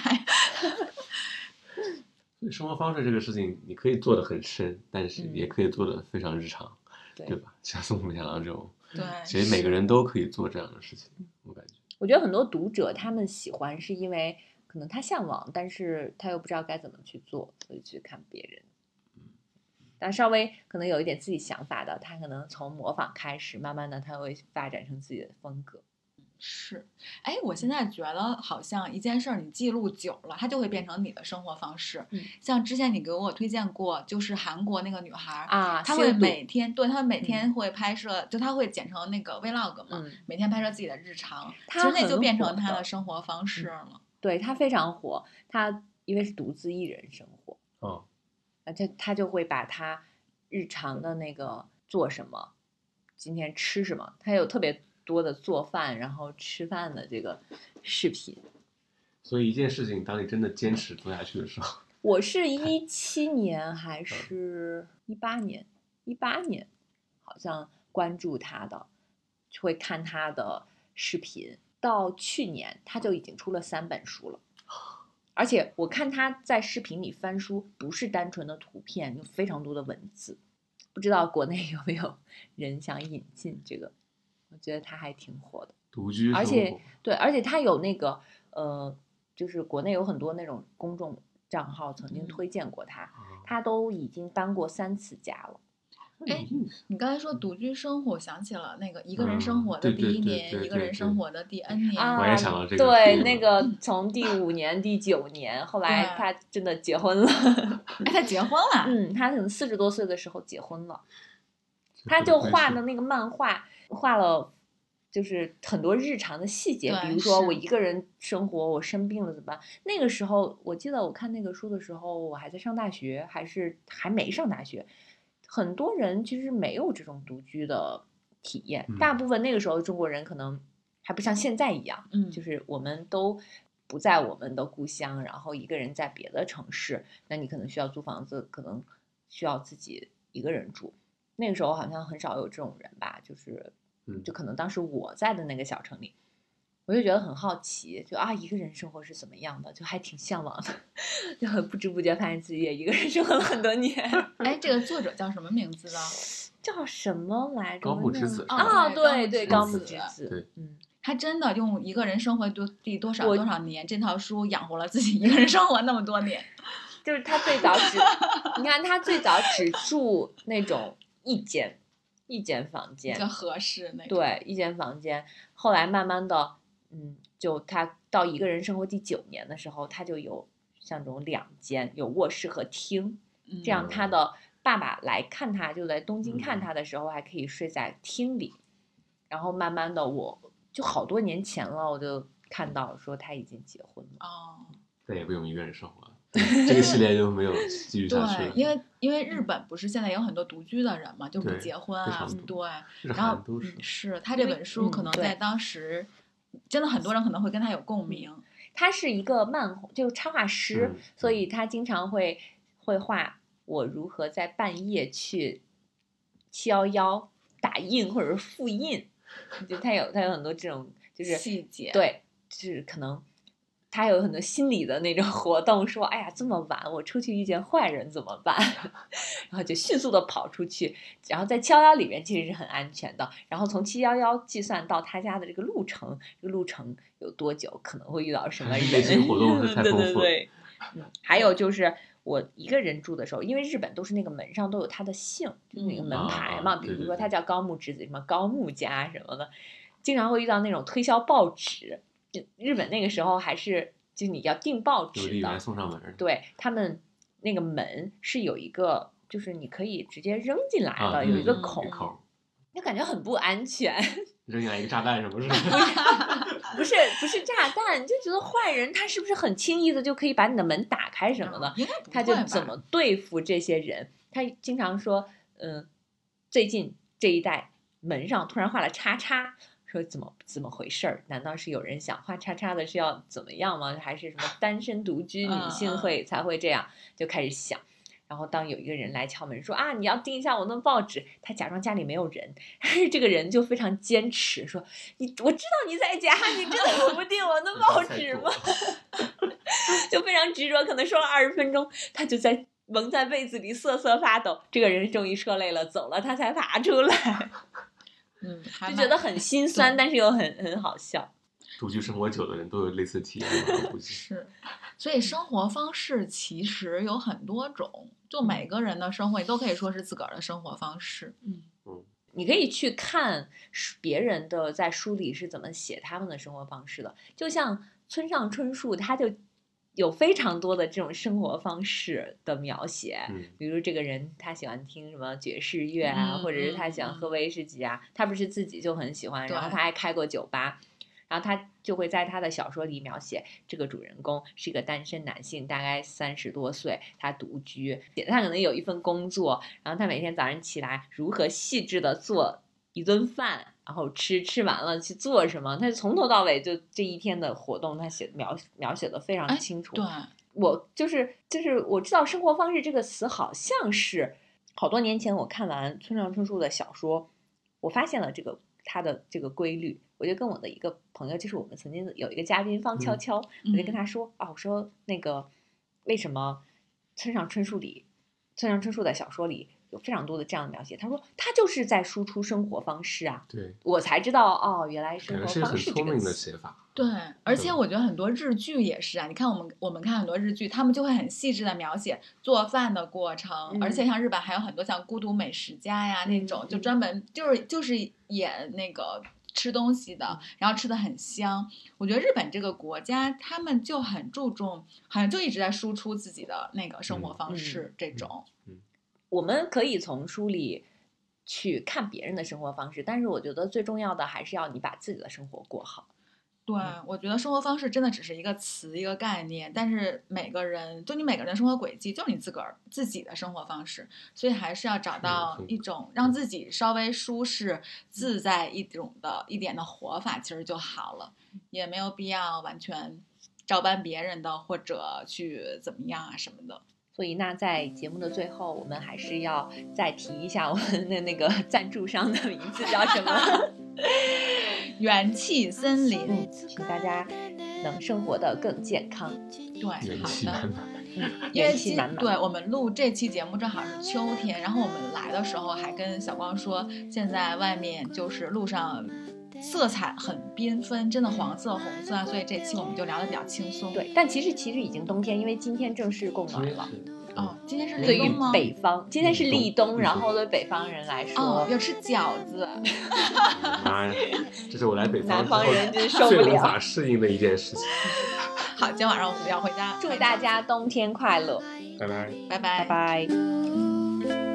[SPEAKER 1] 所以生活方式这个事情，你可以做的很深，但是
[SPEAKER 3] 嗯
[SPEAKER 1] 也可以做的非常日常，
[SPEAKER 3] 对哎
[SPEAKER 1] 对吧？像松浦太郎这 种，
[SPEAKER 3] 嗯
[SPEAKER 2] 对，
[SPEAKER 1] 其实每个人都可以做这样的事情，我感觉。
[SPEAKER 3] 我觉得很多读者他们喜欢是因为可能他向往，但是他又不知道该怎么去做，所以去看别人。嗯但稍微可能有一点自己想法的，他可能从模仿开始，慢慢的他会发展成自己的风格。
[SPEAKER 2] 是。哎，我现在觉得好像一件事儿你记录久了，它就会变成你的生活方式。
[SPEAKER 3] 嗯
[SPEAKER 2] 像之前你给我推荐过，就是韩国那个女孩儿。
[SPEAKER 3] 啊，
[SPEAKER 2] 她
[SPEAKER 3] 修
[SPEAKER 2] 会
[SPEAKER 3] 读
[SPEAKER 2] 每天对她每天会拍摄，就她会剪成那个 vlog 嘛，
[SPEAKER 3] 嗯，
[SPEAKER 2] 每天拍摄自己的日常，其
[SPEAKER 3] 她
[SPEAKER 2] 实那
[SPEAKER 3] 很
[SPEAKER 2] 就变成
[SPEAKER 3] 火
[SPEAKER 2] 她的
[SPEAKER 3] 的嗯
[SPEAKER 2] 生活方式了。
[SPEAKER 3] 对他非常火，他因为是独自一人生活，
[SPEAKER 1] 哦，
[SPEAKER 3] 而且他就会把他日常的那个做什么，今天吃什么，他有特别多的做饭然后吃饭的这个视频。
[SPEAKER 1] 所以一件事情，当你真的坚持做下去的时候，
[SPEAKER 3] 我是一七年还是一八年？一八年好像关注他的，就会看他的视频。到去年他就已经出了三本书了，而且我看他在视频里翻书，不是单纯的图片，有非常多的文字。不知道国内有没有人想引进这个？我觉得他还挺火的。
[SPEAKER 1] 独居生活，
[SPEAKER 3] 而且对，而且他有那个呃，就是国内有很多那种公众账号曾经
[SPEAKER 2] 嗯
[SPEAKER 3] 推荐过他，
[SPEAKER 1] 啊
[SPEAKER 3] 他都已经搬过三次家了。哎
[SPEAKER 1] 那有意思
[SPEAKER 2] 你刚才说独居生活，我想起了那个一个人生活
[SPEAKER 1] 嗯
[SPEAKER 2] 的
[SPEAKER 1] 对
[SPEAKER 2] 第
[SPEAKER 1] 对
[SPEAKER 2] 一
[SPEAKER 1] 对
[SPEAKER 2] 年，
[SPEAKER 1] 对
[SPEAKER 2] 一个
[SPEAKER 1] 对
[SPEAKER 2] 人生
[SPEAKER 1] 对
[SPEAKER 2] 活的第
[SPEAKER 3] 啊
[SPEAKER 2] N 年，
[SPEAKER 1] 我也想到这个嗯
[SPEAKER 3] 对，
[SPEAKER 1] 是
[SPEAKER 3] 那个从第五年、第九年，后来
[SPEAKER 2] 对
[SPEAKER 3] 他真的结婚了。
[SPEAKER 2] 哎，他结婚了，
[SPEAKER 3] 嗯，他可能四十多岁的时候结婚了，
[SPEAKER 1] 这
[SPEAKER 3] 他
[SPEAKER 1] 不
[SPEAKER 3] 就
[SPEAKER 1] 太
[SPEAKER 3] 画
[SPEAKER 1] 是
[SPEAKER 3] 的那个漫画，画了就是很多日常的细节，比
[SPEAKER 2] 对
[SPEAKER 3] 如说
[SPEAKER 2] 是
[SPEAKER 3] 我一个人生活，我生病了怎么办？那个时候我记得我看那个书的时候，我还在上大学，还是还没上大学，很多人其实没有这种独居的体验，大
[SPEAKER 1] 嗯
[SPEAKER 3] 部分那个时候中国人可能还不像现在一样。
[SPEAKER 2] 嗯，
[SPEAKER 3] 就是我们都不在我们的故乡，然后一个人在别的城市，那你可能需要租房子，可能需要自己一个人住。那个时候好像很少有这种人吧，就是
[SPEAKER 1] 嗯
[SPEAKER 3] 就可能当时我在的那个小城里，我就觉得很好奇，就啊一个人生活是怎么样的，就还挺向往的， 就很不知不觉发现自己也一个人生活了很多年。
[SPEAKER 2] 哎，这个作者叫什么名字呢？
[SPEAKER 3] 叫什么来着？
[SPEAKER 1] 高木直子是
[SPEAKER 3] 啊，
[SPEAKER 2] 吧
[SPEAKER 3] 对对，高
[SPEAKER 1] 高
[SPEAKER 3] 木
[SPEAKER 1] 木
[SPEAKER 2] 直
[SPEAKER 3] 直子，
[SPEAKER 1] 对
[SPEAKER 3] 嗯，
[SPEAKER 2] 他真的用一个人生活多第多少
[SPEAKER 3] 我
[SPEAKER 2] 多少年这套书养活了自己一个人生活那么多年，
[SPEAKER 3] 就是他最早只，你看他最早只住那种一间一间房
[SPEAKER 2] 比
[SPEAKER 3] 间，
[SPEAKER 2] 较合适那种。，
[SPEAKER 3] 对，一间房间。后来慢慢的，嗯，就他到一个人生活第九年的时候，他就有像这种两间，有卧室和厅，
[SPEAKER 2] 嗯、
[SPEAKER 3] 这样他的爸爸来看他，就在东京看
[SPEAKER 1] 嗯
[SPEAKER 3] 他的时候，还可以睡在厅里。然后慢慢的，我就好多年前了，我就看到说他已经结婚了。
[SPEAKER 2] 哦，
[SPEAKER 1] 再也不用一个人生 活了，这个系列就没有继续下去
[SPEAKER 2] 对
[SPEAKER 1] 了，。
[SPEAKER 2] 因为因为
[SPEAKER 3] 嗯
[SPEAKER 2] 日本不是现在有很多独居的人嘛，就不
[SPEAKER 1] 对
[SPEAKER 2] 结婚
[SPEAKER 1] 非
[SPEAKER 2] 啊
[SPEAKER 1] 常，多
[SPEAKER 2] 对，
[SPEAKER 1] 日
[SPEAKER 2] 然
[SPEAKER 1] 韩
[SPEAKER 2] 后
[SPEAKER 1] 都是
[SPEAKER 2] 嗯是他这
[SPEAKER 3] 因为
[SPEAKER 2] 本书可
[SPEAKER 3] 嗯
[SPEAKER 2] 能
[SPEAKER 3] 对
[SPEAKER 2] 在当时，真的很多人可能会跟他有共
[SPEAKER 3] 嗯
[SPEAKER 2] 鸣，
[SPEAKER 3] 他是一个漫画，就是插画师，
[SPEAKER 1] 嗯
[SPEAKER 3] 所以他经常会会画我如何在半夜去七幺幺打印或者是复印，就他有他有很多这种就是
[SPEAKER 2] 细节，
[SPEAKER 3] 对，就是可能他有很多心理的那种活动，说哎呀这么晚我出去遇见坏人怎么办， 然后就迅速的跑出去，然后在七幺幺里面其实是很安全的，然后从七幺幺计算到他家的这个路程，这个路程有多久，可能会遇到什么
[SPEAKER 1] 还
[SPEAKER 3] 人，
[SPEAKER 1] 是内心活动是太
[SPEAKER 3] 对
[SPEAKER 1] 丰
[SPEAKER 3] 对
[SPEAKER 1] 富了
[SPEAKER 3] 对，嗯，还有就是。我一个人住的时候，因为日本都是那个门上都有他的姓，就是那个
[SPEAKER 2] 嗯
[SPEAKER 3] 门牌嘛，
[SPEAKER 1] 啊
[SPEAKER 3] 比
[SPEAKER 1] 对
[SPEAKER 3] 如
[SPEAKER 1] 对
[SPEAKER 3] 说
[SPEAKER 1] 对
[SPEAKER 3] 他叫高木直子，什么高木家什么的，经常会遇到那种推销报纸。日日本那个时候还是就你要订报
[SPEAKER 1] 邮
[SPEAKER 3] 纸
[SPEAKER 1] 递
[SPEAKER 3] 的
[SPEAKER 1] 员，送上门儿，
[SPEAKER 3] 对他们那个门是有一个，就是你可以直接扔进来
[SPEAKER 1] 啊，
[SPEAKER 3] 的，
[SPEAKER 1] 对
[SPEAKER 3] 有
[SPEAKER 1] 对
[SPEAKER 3] 一个
[SPEAKER 1] 对
[SPEAKER 3] 孔
[SPEAKER 1] 一，口
[SPEAKER 3] 就感觉很不安全。
[SPEAKER 1] 扔进来一个炸 弹什么似的，
[SPEAKER 3] 不是不是炸弹，就觉得坏人他是不是很轻易的就可以把你的门打开什么的？
[SPEAKER 2] 嗯应该不
[SPEAKER 3] 他就
[SPEAKER 2] 会
[SPEAKER 3] 怎
[SPEAKER 2] 吧
[SPEAKER 3] 么对付这些人？他经常说，嗯，最近这一代门上突然画了叉叉，说怎么怎么回事儿？难道是有人想画叉叉的是要怎么样吗？还是什么单身独居女
[SPEAKER 2] 嗯
[SPEAKER 3] 性
[SPEAKER 2] 啊嗯
[SPEAKER 3] 会才会这样？就开始想。然后当有一个人来敲门说啊，你要订一下我那报纸，他假装家里没有人， 但是这个人就非常坚持说，你我知道你在家，你 真的不订我那报纸吗？就非常执着，可能说了二十分钟，他就在蒙在被子里瑟瑟发抖。这个人终于说累了走了，他才爬出来，
[SPEAKER 2] 嗯，还
[SPEAKER 3] 就觉得
[SPEAKER 2] 蛮
[SPEAKER 3] 很心酸，
[SPEAKER 2] 对
[SPEAKER 3] 但是又很很好笑。
[SPEAKER 1] 独居生活久的人都有类似体验吧，我估 计。
[SPEAKER 2] 是，所以生活方式其实有很多种，就
[SPEAKER 3] 嗯
[SPEAKER 2] 每个人的生活也都可以说是自个儿的生活方式。
[SPEAKER 3] 你可以去看书别人的在书里是怎么写他们的生活方式的，就像村上春树，他就有非常多的这种生活方式的描写。
[SPEAKER 1] 嗯，
[SPEAKER 3] 比如这个人他喜欢听什么爵士乐啊，
[SPEAKER 2] 嗯
[SPEAKER 3] 或者是他
[SPEAKER 2] 嗯
[SPEAKER 3] 喜欢
[SPEAKER 2] 嗯
[SPEAKER 3] 喝威士忌啊，他不是自己就很喜欢，然后
[SPEAKER 2] 对
[SPEAKER 3] 他还开过酒吧。然后他就会在他的小说里描写这个主人公是一个单身男性，大概三十多岁，他独居，他可能有一份工作，然后他每天早上起来如何细致的做一顿饭，然后吃吃完了去做什么，他从头到尾就这一天的活动，他写描描写的非常
[SPEAKER 2] 哎
[SPEAKER 3] 清楚。
[SPEAKER 2] 对，
[SPEAKER 3] 我就是就是我知道“生活方式”这个词好像是好多年前我看完村上春树的小说，我发现了这个它的这个规律，我就跟我的一个朋友，就是我们曾经有一个嘉宾方
[SPEAKER 1] 嗯
[SPEAKER 3] 悄悄，我就跟他说啊，我说那个为什么村上春树里，村上春树的小说里有非常多的这样的描写，他说他就是在输出生活方式啊，
[SPEAKER 1] 对，
[SPEAKER 3] 我才知道哦，原来生
[SPEAKER 1] 感
[SPEAKER 3] 活
[SPEAKER 1] 觉是一个
[SPEAKER 3] 方
[SPEAKER 1] 很
[SPEAKER 3] 式这
[SPEAKER 1] 聪明
[SPEAKER 3] 个
[SPEAKER 1] 的
[SPEAKER 3] 词，
[SPEAKER 1] 写法。
[SPEAKER 2] 对，而且
[SPEAKER 3] 嗯
[SPEAKER 1] 对
[SPEAKER 2] 我觉得很多日剧也是啊，你看我们我们看很多日剧，他们就会很细致的描写做饭的过程，
[SPEAKER 3] 嗯
[SPEAKER 2] 而且像日本还有很多像《孤独美食家》呀那
[SPEAKER 3] 嗯
[SPEAKER 2] 种，就
[SPEAKER 3] 嗯
[SPEAKER 2] 专门就是就是演那个吃东西
[SPEAKER 3] 嗯
[SPEAKER 2] 的，然后吃的很香。我觉得日本这个国家，他们就很注重，好像就一直在输出自己的那个生活
[SPEAKER 1] 嗯
[SPEAKER 2] 方
[SPEAKER 3] 嗯
[SPEAKER 2] 式这种。
[SPEAKER 3] 我们可以从书里去看别人的生活方式，但是我觉得最重要的还是要你把自己的生活过好。
[SPEAKER 2] 对
[SPEAKER 3] 嗯，
[SPEAKER 2] 我觉得生活方式真的只是一个词，一个概念，但是每个人，就你每个人的生活轨迹，就是你自个儿自己的生活方式，所以还是嗯要找到
[SPEAKER 1] 很
[SPEAKER 2] 一种让自己稍微舒适、自在一种的一点的活法，其实就好了，也没有必要完全照搬别人的或者去怎么样啊什么的。
[SPEAKER 3] 所以，那在节目的最后，我们还是要再提一下我们的那个 赞助商的名字叫什么，嗯
[SPEAKER 2] 元气森林，
[SPEAKER 3] 请大家能生活的更健康。
[SPEAKER 2] 对，
[SPEAKER 1] 元
[SPEAKER 2] 好
[SPEAKER 1] 气
[SPEAKER 2] 的。
[SPEAKER 1] 满满，
[SPEAKER 2] 因为
[SPEAKER 3] 元气
[SPEAKER 2] 今
[SPEAKER 3] 满满
[SPEAKER 2] 对我们录这期节目正好是秋天，然后我们来的时候还跟小光说，现在外面就是路上色彩很缤纷，真的黄色、红色啊，所以这期我们就聊得比较轻松。，
[SPEAKER 3] 对，但其实其实已经冬天，因为今天正式供
[SPEAKER 1] 今
[SPEAKER 3] 暖
[SPEAKER 1] 天
[SPEAKER 3] 了。
[SPEAKER 1] 是
[SPEAKER 2] 哦，，今天是
[SPEAKER 3] 对
[SPEAKER 2] 立
[SPEAKER 3] 于
[SPEAKER 2] 冬吗？
[SPEAKER 3] 北方，今天是
[SPEAKER 1] 立冬
[SPEAKER 3] 立冬，
[SPEAKER 1] 立
[SPEAKER 3] 然
[SPEAKER 1] 冬
[SPEAKER 3] 后对北方人来
[SPEAKER 2] 哦
[SPEAKER 3] 说，，
[SPEAKER 2] 要吃饺子，
[SPEAKER 1] 妈呀，这是我来北方
[SPEAKER 3] 南
[SPEAKER 1] 之后
[SPEAKER 3] 方人真受不
[SPEAKER 1] 最无
[SPEAKER 3] 了。
[SPEAKER 1] 法适应的一件事情。
[SPEAKER 2] 好，今天晚上我们要回家，
[SPEAKER 3] 祝大，家冬天快乐，
[SPEAKER 1] 拜拜。
[SPEAKER 2] 拜拜
[SPEAKER 3] 拜拜
[SPEAKER 4] 拜。